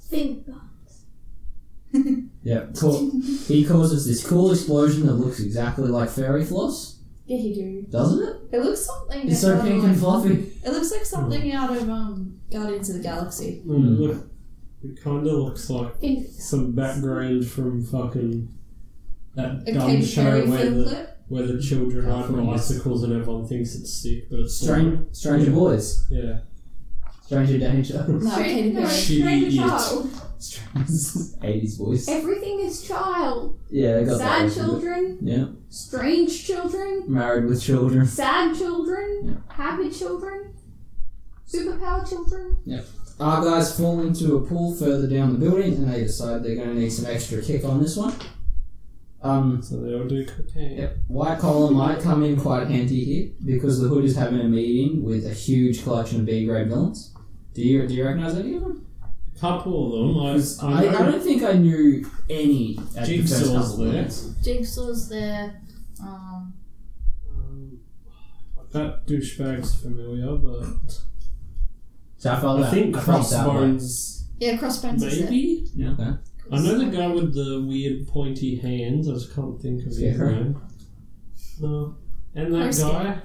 [SPEAKER 3] Think.
[SPEAKER 1] Yeah, cool. he causes this cool explosion that looks exactly like fairy floss,
[SPEAKER 2] yeah, he do.
[SPEAKER 1] doesn't it?
[SPEAKER 2] It looks something.
[SPEAKER 1] It's so
[SPEAKER 2] out of,
[SPEAKER 1] pink
[SPEAKER 2] like-
[SPEAKER 1] and fluffy.
[SPEAKER 2] It looks like something out of um Guardians of the Galaxy.
[SPEAKER 1] Mm.
[SPEAKER 5] look, it kind of looks like
[SPEAKER 3] Think.
[SPEAKER 5] some background from fucking that
[SPEAKER 2] A
[SPEAKER 5] dumb
[SPEAKER 2] Katy
[SPEAKER 5] show
[SPEAKER 2] Perry
[SPEAKER 5] where
[SPEAKER 2] film
[SPEAKER 5] the,
[SPEAKER 2] clip.
[SPEAKER 5] where the children ride
[SPEAKER 1] California.
[SPEAKER 5] bicycles and everyone thinks it's sick, but it's not.
[SPEAKER 1] Strange, stranger boys,
[SPEAKER 5] Yeah.
[SPEAKER 1] stranger danger,
[SPEAKER 2] No, Katy
[SPEAKER 3] no,
[SPEAKER 2] Perry.
[SPEAKER 5] She
[SPEAKER 3] train
[SPEAKER 5] eats.
[SPEAKER 3] a child.
[SPEAKER 1] eighties boys.
[SPEAKER 3] Everything is child.
[SPEAKER 1] Yeah, they got that
[SPEAKER 3] Sad
[SPEAKER 1] one.
[SPEAKER 3] children.
[SPEAKER 1] Yeah,
[SPEAKER 3] Strange children.
[SPEAKER 1] married with children.
[SPEAKER 3] Sad children. Happy children. Superpower children.
[SPEAKER 1] Our guys fall into a pool further down the building, and they decide they're going to need some extra kick on this one. Um,
[SPEAKER 5] So they all do cocaine.
[SPEAKER 1] Yep. White collar might come in quite handy here because the hood is having a meeting with a huge collection of B grade villains. Do you do you recognise any of them?
[SPEAKER 5] A couple of them. I,
[SPEAKER 1] I,
[SPEAKER 5] I,
[SPEAKER 1] I
[SPEAKER 5] know
[SPEAKER 1] don't think I knew any. At the first
[SPEAKER 5] Jigsaw's
[SPEAKER 1] couple of
[SPEAKER 5] there.
[SPEAKER 1] minutes.
[SPEAKER 2] Jigsaw's there. Um,
[SPEAKER 5] Um, that douchebag's familiar, but
[SPEAKER 1] Sapphire.
[SPEAKER 5] I think
[SPEAKER 1] felt that way.
[SPEAKER 5] Crossbones
[SPEAKER 2] yeah, Crossbones is there.
[SPEAKER 5] maybe.
[SPEAKER 1] Yeah. Okay.
[SPEAKER 5] I know the guy with the weird pointy hands. I just can't think of his
[SPEAKER 1] Scarecrow?
[SPEAKER 5] name. No, and that
[SPEAKER 2] Or
[SPEAKER 5] guy.
[SPEAKER 2] Scarecrow.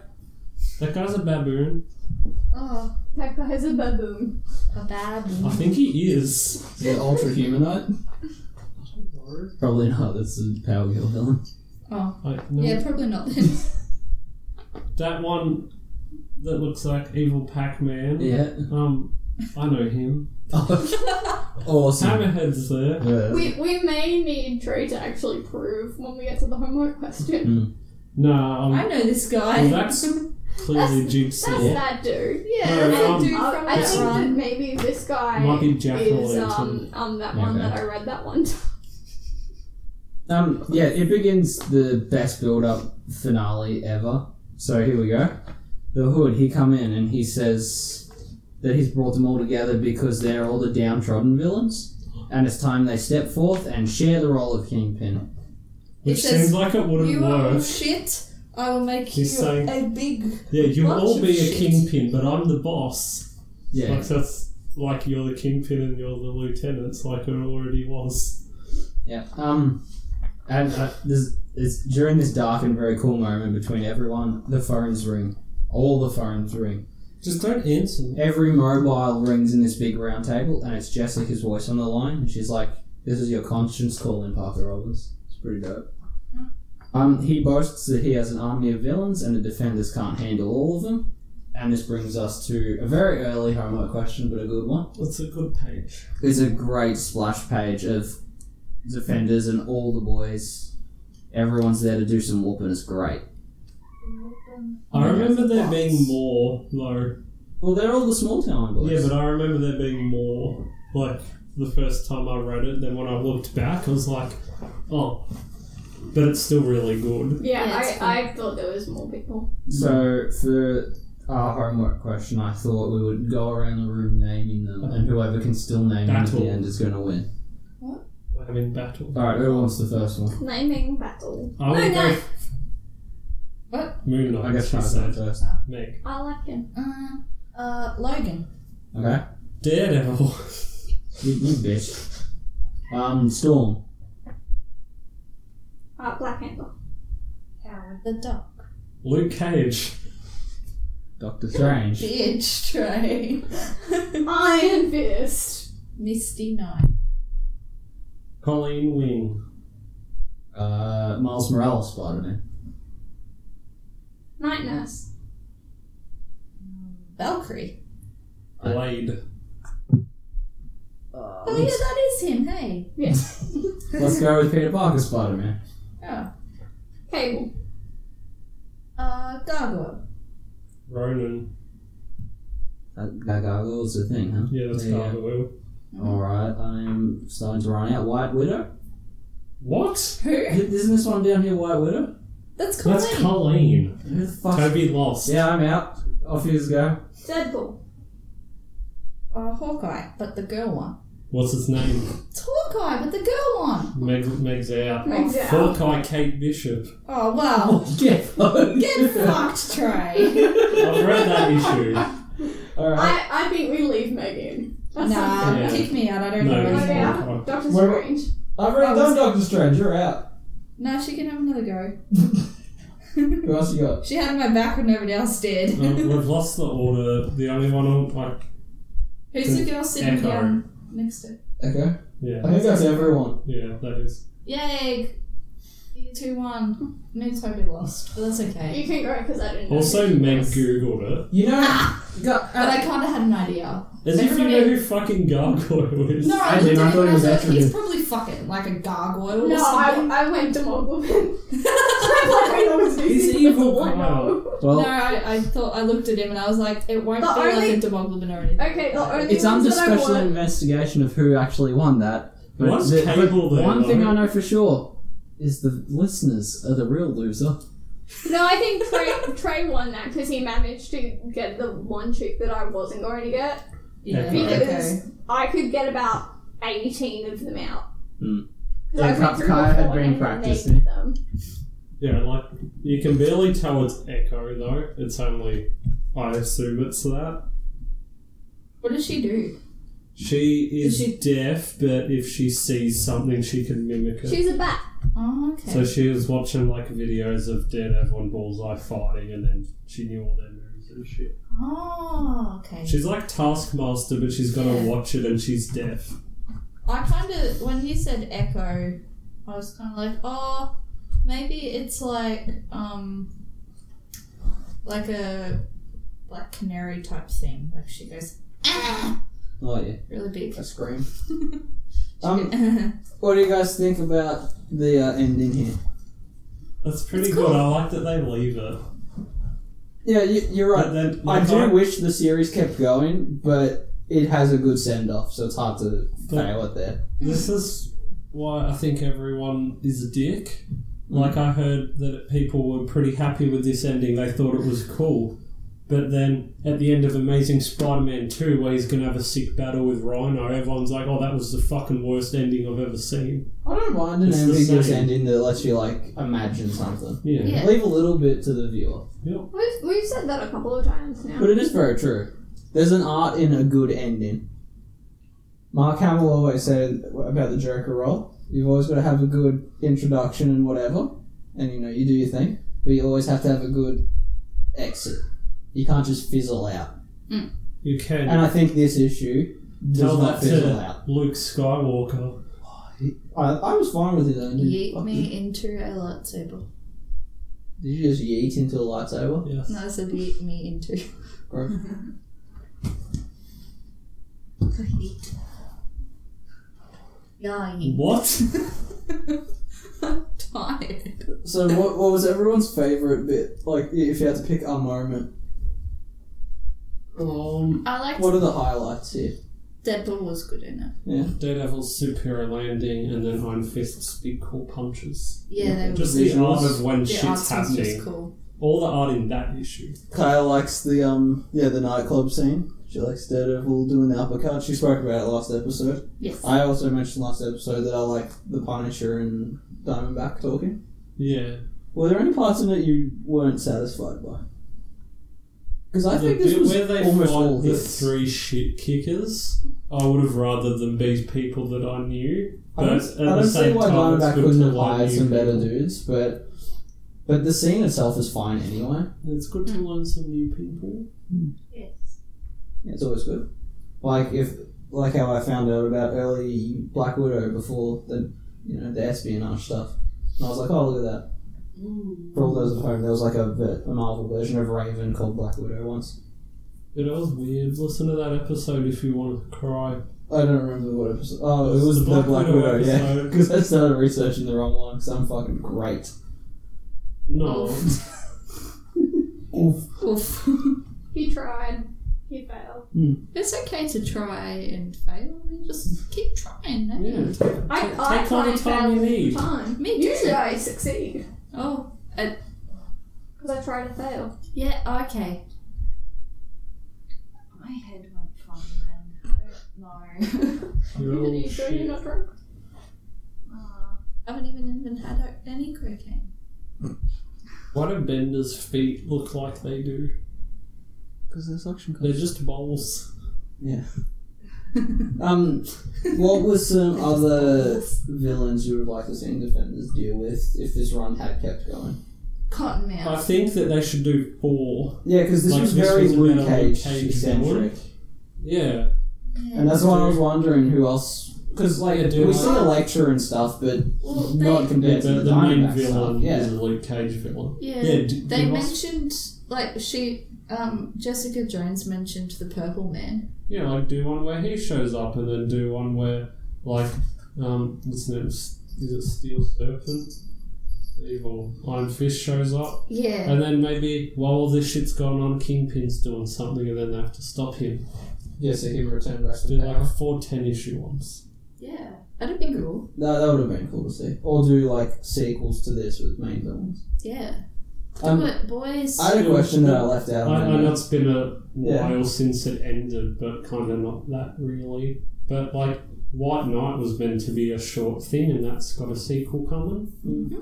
[SPEAKER 5] That guy's a baboon.
[SPEAKER 2] Oh,
[SPEAKER 3] That guy's a baboon.
[SPEAKER 2] a bad
[SPEAKER 5] I
[SPEAKER 2] one.
[SPEAKER 5] think he is.
[SPEAKER 1] Is it ultra humanoid? Probably not. That's a Power Girl villain.
[SPEAKER 2] Oh,
[SPEAKER 5] I, no,
[SPEAKER 2] yeah, probably not then.
[SPEAKER 5] That one that looks like evil Pac-Man.
[SPEAKER 1] Yeah.
[SPEAKER 5] Um, I know him.
[SPEAKER 1] awesome.
[SPEAKER 5] Hammerhead's there.
[SPEAKER 1] Yeah.
[SPEAKER 3] We, we may need Trey to actually prove when we get to the homework question.
[SPEAKER 5] No, um,
[SPEAKER 2] I know this guy.
[SPEAKER 5] well, that's clearly Jigsaw.
[SPEAKER 3] That's that dude.
[SPEAKER 2] yeah,
[SPEAKER 5] No,
[SPEAKER 2] that's
[SPEAKER 5] um,
[SPEAKER 2] a dude
[SPEAKER 3] I-
[SPEAKER 2] from
[SPEAKER 3] I
[SPEAKER 2] that
[SPEAKER 5] It's-
[SPEAKER 3] think that
[SPEAKER 2] run.
[SPEAKER 3] maybe this guy
[SPEAKER 5] Might be Jack
[SPEAKER 3] is um,
[SPEAKER 5] O'Lantern.
[SPEAKER 3] um that
[SPEAKER 1] Yeah,
[SPEAKER 3] one that
[SPEAKER 1] okay.
[SPEAKER 3] I read that one time.
[SPEAKER 1] Um, yeah, it begins the best build-up finale ever. So here we go. The Hood, he come in and he says that he's brought them all together because they're all the downtrodden villains, and it's time they step forth and share the role of Kingpin.
[SPEAKER 5] Which
[SPEAKER 2] It says,
[SPEAKER 5] seems like it wouldn't
[SPEAKER 2] You are all
[SPEAKER 5] work.
[SPEAKER 2] shit. I will make
[SPEAKER 5] He's
[SPEAKER 2] you
[SPEAKER 5] saying-
[SPEAKER 2] a big.
[SPEAKER 5] Yeah, you'll
[SPEAKER 2] bunch
[SPEAKER 5] all
[SPEAKER 2] of
[SPEAKER 5] be a
[SPEAKER 2] shit.
[SPEAKER 5] kingpin, but I'm the boss.
[SPEAKER 1] Yeah,
[SPEAKER 5] Like that's like you're the kingpin and you're the lieutenant. It's like it already was.
[SPEAKER 1] yeah. Um, and uh, this it's during this dark and very cool moment between everyone. The phones ring. All the phones ring.
[SPEAKER 5] Just don't answer.
[SPEAKER 1] Every mobile rings in this big round table, and it's Jessica's voice on the line, and she's like, "This is your conscience calling, Parker Roberts." It's pretty dope. Um, he boasts that he has an army of villains, and the defenders can't handle all of them. And this brings us to a very early homework question, but a good one.
[SPEAKER 5] It's a good page.
[SPEAKER 1] It's a great splash page of defenders and all the boys. Everyone's there to do some whooping. It's great.
[SPEAKER 5] I
[SPEAKER 1] Yeah.
[SPEAKER 5] remember there being more though.
[SPEAKER 1] Well, they're all the small town boys.
[SPEAKER 5] Yeah, but I remember there being more. Like the first time I read it, then when I looked back, I was like, oh, but it's still really good.
[SPEAKER 3] Yeah,
[SPEAKER 2] Yeah, it's
[SPEAKER 3] I, I thought there was more people.
[SPEAKER 1] So for our homework question, I thought we would go around the room naming them, and whoever can still name them at
[SPEAKER 5] Battle.
[SPEAKER 1] the end is going to win.
[SPEAKER 5] I'm in battle.
[SPEAKER 1] All right, who wants the first one?
[SPEAKER 3] Naming battle.
[SPEAKER 5] I would
[SPEAKER 3] Moon
[SPEAKER 5] go.
[SPEAKER 3] Knight.
[SPEAKER 2] What?
[SPEAKER 5] Moon
[SPEAKER 1] I
[SPEAKER 5] Knight.
[SPEAKER 1] guess
[SPEAKER 5] she
[SPEAKER 1] I'll go
[SPEAKER 5] said.
[SPEAKER 1] first.
[SPEAKER 5] Meg.
[SPEAKER 3] I like him.
[SPEAKER 2] Uh, uh, Logan.
[SPEAKER 1] Okay,
[SPEAKER 5] Daredevil.
[SPEAKER 1] you, you bitch. Um, Storm.
[SPEAKER 3] Uh, Black Panther.
[SPEAKER 2] Howard the Duck.
[SPEAKER 5] Luke Cage.
[SPEAKER 1] Doctor Strange.
[SPEAKER 2] Bitch, Trey.
[SPEAKER 3] Iron Fist.
[SPEAKER 2] Misty Knight.
[SPEAKER 5] Colleen Wing.
[SPEAKER 1] Uh, Miles Morales, Spider Man.
[SPEAKER 3] Night Nurse.
[SPEAKER 2] Valkyrie.
[SPEAKER 5] Blade.
[SPEAKER 2] Oh, yeah, that is him, hey.
[SPEAKER 3] Yes.
[SPEAKER 1] Let's go with Peter Parker, Spider Man.
[SPEAKER 2] Oh.
[SPEAKER 3] Cable.
[SPEAKER 2] Uh, Gargoyle.
[SPEAKER 5] Ronan.
[SPEAKER 1] That, that gargoyle's the thing, huh?
[SPEAKER 5] Yeah, that's
[SPEAKER 1] There you go.
[SPEAKER 5] Gargoyle.
[SPEAKER 1] All right, I'm starting to run out. White Widow.
[SPEAKER 5] What?
[SPEAKER 2] Who?
[SPEAKER 1] Isn't this one down here White Widow?
[SPEAKER 2] That's Colleen.
[SPEAKER 5] That's Colleen.
[SPEAKER 1] Who the fuck?
[SPEAKER 5] Toby lost.
[SPEAKER 1] Yeah, I'm out. Off you go.
[SPEAKER 3] Deadpool.
[SPEAKER 2] uh, Hawkeye, but the girl one.
[SPEAKER 5] What's his name?
[SPEAKER 2] It's Hawkeye, but the girl one.
[SPEAKER 5] Meg, Meg's out.
[SPEAKER 3] Meg's out.
[SPEAKER 5] Hawkeye Kate Bishop.
[SPEAKER 2] Oh, wow.
[SPEAKER 1] Get fucked.
[SPEAKER 2] Get fucked, Trey.
[SPEAKER 5] I've read that issue.
[SPEAKER 1] All right.
[SPEAKER 3] I, I think we leave Megan. That's
[SPEAKER 2] Nah,
[SPEAKER 5] Yeah.
[SPEAKER 2] kick me out. I don't
[SPEAKER 5] No,
[SPEAKER 2] know.
[SPEAKER 5] it's
[SPEAKER 3] Okay,
[SPEAKER 2] anymore.
[SPEAKER 5] not.
[SPEAKER 3] yeah. Doctor
[SPEAKER 1] What about-
[SPEAKER 3] Strange.
[SPEAKER 1] I've already done Doctor Strange. You're out.
[SPEAKER 2] No, she can have another go.
[SPEAKER 1] Who else you got?
[SPEAKER 2] she had my back when nobody else did.
[SPEAKER 5] Um, we've lost the order. The only one on like
[SPEAKER 2] Who's the girl sitting
[SPEAKER 5] Echo.
[SPEAKER 2] down next to?
[SPEAKER 1] Okay.
[SPEAKER 5] Yeah,
[SPEAKER 1] I think that's everyone.
[SPEAKER 5] yeah, that is.
[SPEAKER 2] Yay! Two one. Me totally lost, but that's okay.
[SPEAKER 3] You can go because I didn't know.
[SPEAKER 5] Also,
[SPEAKER 3] who she
[SPEAKER 5] Meg
[SPEAKER 3] was.
[SPEAKER 5] googled
[SPEAKER 1] You know.
[SPEAKER 2] But I kind of had an idea.
[SPEAKER 5] it. As if you know
[SPEAKER 2] Everybody-
[SPEAKER 5] who fucking Gargoyle is.
[SPEAKER 2] No, I,
[SPEAKER 1] I did,
[SPEAKER 2] looked
[SPEAKER 1] I
[SPEAKER 2] at
[SPEAKER 1] thought
[SPEAKER 2] him
[SPEAKER 1] it
[SPEAKER 2] and
[SPEAKER 1] was
[SPEAKER 2] I thought
[SPEAKER 1] attribute.
[SPEAKER 2] he's probably fucking like a gargoyle or
[SPEAKER 3] No, I,
[SPEAKER 2] something.
[SPEAKER 3] I went to Mogulman. like I always do.
[SPEAKER 5] He's
[SPEAKER 3] things,
[SPEAKER 5] evil,
[SPEAKER 3] but I
[SPEAKER 5] wow.
[SPEAKER 3] know.
[SPEAKER 2] no,
[SPEAKER 1] Well,
[SPEAKER 2] I, I thought I looked at him and I was like, it won't
[SPEAKER 3] The
[SPEAKER 2] be
[SPEAKER 3] only-
[SPEAKER 2] like a demoglobin or anything.
[SPEAKER 3] Okay, the only
[SPEAKER 1] it's under
[SPEAKER 3] ones that I
[SPEAKER 1] special
[SPEAKER 3] want-
[SPEAKER 1] investigation of who actually won that. But,
[SPEAKER 5] One's
[SPEAKER 1] the- but
[SPEAKER 5] cable there,
[SPEAKER 1] one thing
[SPEAKER 5] though.
[SPEAKER 1] I know for sure is the listeners are the real loser.
[SPEAKER 3] No, I think Trey, Trey won that because he managed to get the one chick that I wasn't going to get.
[SPEAKER 2] Yeah.
[SPEAKER 5] Echo.
[SPEAKER 2] Okay.
[SPEAKER 3] Because I could get about 18 of them out.
[SPEAKER 1] Hmm.
[SPEAKER 3] 'Cause
[SPEAKER 1] Yeah,
[SPEAKER 3] I went
[SPEAKER 1] Ka-
[SPEAKER 3] through
[SPEAKER 1] Kaya had
[SPEAKER 3] before
[SPEAKER 1] been
[SPEAKER 3] and then
[SPEAKER 1] practicing.
[SPEAKER 3] named them.
[SPEAKER 5] Yeah, like you can barely tell it's Echo though. It's only, I assume it's that.
[SPEAKER 2] What does she do?
[SPEAKER 5] She is
[SPEAKER 2] Is she-
[SPEAKER 5] deaf, but if she sees something, she can mimic it.
[SPEAKER 3] She's a bat.
[SPEAKER 2] Oh, okay.
[SPEAKER 5] So she was watching like videos of Daredevil and Bullseye fighting, and then she knew all their moves and shit.
[SPEAKER 2] oh, okay.
[SPEAKER 5] She's like Taskmaster, but she's gonna
[SPEAKER 2] Yeah.
[SPEAKER 5] watch it and she's deaf.
[SPEAKER 2] I kind of when you said echo, I was kind of like, oh, maybe it's like um, like a black canary type thing. Like she goes ah,
[SPEAKER 1] Oh yeah,
[SPEAKER 2] really big.
[SPEAKER 1] I scream.
[SPEAKER 2] She
[SPEAKER 1] Um,
[SPEAKER 2] go-
[SPEAKER 1] What do you guys think about the uh, ending here?
[SPEAKER 5] That's pretty
[SPEAKER 2] It's
[SPEAKER 5] good.
[SPEAKER 2] cool.
[SPEAKER 5] I like that they leave it.
[SPEAKER 1] Yeah, you, you're
[SPEAKER 5] But
[SPEAKER 1] right.
[SPEAKER 5] then
[SPEAKER 1] I
[SPEAKER 5] you
[SPEAKER 1] do
[SPEAKER 5] can't-
[SPEAKER 1] wish the series kept going, but it has a good send off, so it's hard to
[SPEAKER 5] But-
[SPEAKER 1] fail it there.
[SPEAKER 2] Mm.
[SPEAKER 5] This is why I think everyone is a dick. Like
[SPEAKER 2] Mm.
[SPEAKER 5] I heard that people were pretty happy with this ending. They thought it was cool. But then at the end of Amazing Spider-Man 2 where he's going to have a sick battle with Rhino, everyone's like, "Oh, that was the fucking worst ending I've ever seen."
[SPEAKER 1] I don't mind an
[SPEAKER 5] It's the
[SPEAKER 1] ambiguous
[SPEAKER 5] same.
[SPEAKER 1] ending that lets you like imagine something.
[SPEAKER 5] Yeah.
[SPEAKER 2] Yeah.
[SPEAKER 1] Leave a little bit to the viewer,
[SPEAKER 3] We've, we've said that a couple of times now.
[SPEAKER 1] but it is very true. There's an art in a good ending. Mark Hamill always said about the Joker role: you've always got to have a good introduction and whatever, and you know you do your thing, but you always have to have a good exit. You can't just fizzle out.
[SPEAKER 5] You can
[SPEAKER 2] Um,
[SPEAKER 1] And I think this issue does
[SPEAKER 5] tell
[SPEAKER 1] not
[SPEAKER 5] that
[SPEAKER 1] fizzle
[SPEAKER 5] to
[SPEAKER 1] out.
[SPEAKER 5] Luke Skywalker.
[SPEAKER 1] I, I was fine with it. I didn't
[SPEAKER 2] Yeet
[SPEAKER 1] fuck
[SPEAKER 2] me
[SPEAKER 1] it.
[SPEAKER 2] into a lightsaber.
[SPEAKER 1] Did you just yeet into the lightsaber?
[SPEAKER 5] Yes.
[SPEAKER 2] No, I said yeet me into.
[SPEAKER 1] Gross.
[SPEAKER 2] yeet. Yeah, I yeet.
[SPEAKER 5] What?
[SPEAKER 2] I'm tired.
[SPEAKER 1] So what, what was everyone's favourite bit? Like if you had to pick a moment,
[SPEAKER 5] Um,
[SPEAKER 2] I liked
[SPEAKER 1] what are the highlights here?
[SPEAKER 2] Deadpool was good in it.
[SPEAKER 5] Daredevil's superhero landing and then Iron Fist's big cool punches.
[SPEAKER 2] Yeah, they were
[SPEAKER 5] Just
[SPEAKER 2] good.
[SPEAKER 5] the
[SPEAKER 1] Visuals.
[SPEAKER 5] art of when
[SPEAKER 2] The
[SPEAKER 5] shit's
[SPEAKER 2] art was just
[SPEAKER 5] happening.
[SPEAKER 2] cool.
[SPEAKER 5] All the art in that issue.
[SPEAKER 1] Kyle likes the um yeah the nightclub scene. She likes Daredevil doing the uppercut. She spoke about it last episode.
[SPEAKER 2] Yes.
[SPEAKER 1] I also mentioned last episode that I like the Punisher and Diamondback talking.
[SPEAKER 5] Yeah.
[SPEAKER 1] Were there any parts in it you weren't satisfied by? Because I think
[SPEAKER 5] the
[SPEAKER 1] this
[SPEAKER 5] bit
[SPEAKER 1] was
[SPEAKER 5] where they
[SPEAKER 1] almost
[SPEAKER 5] fought
[SPEAKER 1] all
[SPEAKER 5] the
[SPEAKER 1] hits.
[SPEAKER 5] three shit kickers, I would have rather them be people that I knew.
[SPEAKER 1] I don't,
[SPEAKER 5] But
[SPEAKER 1] I
[SPEAKER 5] at the
[SPEAKER 1] don't see
[SPEAKER 5] same
[SPEAKER 1] why
[SPEAKER 5] time, it's
[SPEAKER 1] Diamondback
[SPEAKER 5] good
[SPEAKER 1] couldn't
[SPEAKER 5] to
[SPEAKER 1] have
[SPEAKER 5] learn
[SPEAKER 1] hired
[SPEAKER 5] new
[SPEAKER 1] some better
[SPEAKER 5] people.
[SPEAKER 1] dudes, but but the scene itself is fine anyway.
[SPEAKER 5] It's good to learn some new people.
[SPEAKER 2] Yes.
[SPEAKER 1] Yeah, it's always good. Like if like how I found out about early Black Widow before the you know the espionage stuff, and I was like, oh look at that. For all those at home, there was like a, ver- a Marvel version of Raven called Black Widow once.
[SPEAKER 5] But it was weird. Listen to that episode if you want to cry.
[SPEAKER 1] I don't remember what episode. Oh, it was the Black, Widow, yeah.
[SPEAKER 5] episode.
[SPEAKER 1] Because I started researching the wrong one. Because I'm fucking great.
[SPEAKER 5] No.
[SPEAKER 1] Oof.
[SPEAKER 2] Oof.
[SPEAKER 3] He tried. He failed.
[SPEAKER 2] it's okay to try and fail. You just keep trying. eh?
[SPEAKER 5] Yeah.
[SPEAKER 3] I,
[SPEAKER 5] Take-
[SPEAKER 3] I
[SPEAKER 5] take all the
[SPEAKER 3] find
[SPEAKER 5] time
[SPEAKER 3] failure
[SPEAKER 5] you
[SPEAKER 3] all the
[SPEAKER 5] need.
[SPEAKER 3] Time.
[SPEAKER 2] Me
[SPEAKER 3] Usually
[SPEAKER 2] too.
[SPEAKER 3] I succeed
[SPEAKER 2] Oh,
[SPEAKER 3] because I try to fail.
[SPEAKER 2] yeah. Okay. My head went funny then. I don't know.
[SPEAKER 5] You're
[SPEAKER 3] Are
[SPEAKER 5] all
[SPEAKER 3] you sure you're
[SPEAKER 5] Oh, shit.
[SPEAKER 3] not drunk?
[SPEAKER 2] Uh, I haven't even even had a- any cocaine.
[SPEAKER 5] Why do Bender's feet look like they do?
[SPEAKER 1] Because there's suction
[SPEAKER 5] They're just bowls.
[SPEAKER 1] Um, what were some other villains you would like to see Defenders deal with if this run had kept going?
[SPEAKER 2] Cottonmouth.
[SPEAKER 5] I think that they should do four.
[SPEAKER 1] Yeah, because this
[SPEAKER 5] Like,
[SPEAKER 1] was
[SPEAKER 5] this
[SPEAKER 1] very
[SPEAKER 5] was a
[SPEAKER 1] Luke
[SPEAKER 5] better Luke
[SPEAKER 1] Cage
[SPEAKER 5] Cage
[SPEAKER 1] eccentric,
[SPEAKER 5] Yeah.
[SPEAKER 2] Yeah.
[SPEAKER 1] and that's why I was wondering who else. Because like
[SPEAKER 5] Yeah, do
[SPEAKER 1] we
[SPEAKER 5] like-
[SPEAKER 1] see a lecture and stuff, but
[SPEAKER 2] Well,
[SPEAKER 1] not
[SPEAKER 2] they-
[SPEAKER 1] compared
[SPEAKER 5] the,
[SPEAKER 1] to the,
[SPEAKER 5] the main
[SPEAKER 1] Diamondback
[SPEAKER 5] villain
[SPEAKER 1] stuff.
[SPEAKER 5] is
[SPEAKER 1] Yeah,
[SPEAKER 5] a Luke Cage villain.
[SPEAKER 2] yeah.
[SPEAKER 5] Yeah, d-
[SPEAKER 2] they
[SPEAKER 5] give us-
[SPEAKER 2] mentioned like she, um, Jessica Jones mentioned the Purple Man.
[SPEAKER 5] Yeah, like do one where he shows up, and then do one where, like, um, what's his name? S- Is it Steel Serpent? The evil Iron Fist shows up,
[SPEAKER 2] Yeah.
[SPEAKER 5] and then maybe while all this shit's going on, Kingpin's doing something, and then they have to stop him.
[SPEAKER 1] yeah. So he returned back
[SPEAKER 5] Let's
[SPEAKER 1] to
[SPEAKER 5] do like
[SPEAKER 1] power.
[SPEAKER 5] four ten issue ones.
[SPEAKER 2] yeah. That'd be cool.
[SPEAKER 1] That, that would have been cool to see, or do like sequels to this with main villains.
[SPEAKER 2] Yeah. Do
[SPEAKER 1] Um,
[SPEAKER 2] it, boys.
[SPEAKER 1] I had a question that I left
[SPEAKER 5] I,
[SPEAKER 1] out.
[SPEAKER 5] I know it's been a
[SPEAKER 1] Yeah.
[SPEAKER 5] while since it ended, but kind of not that really. But like. White Knight was meant to be a short thing, and that's got a sequel coming.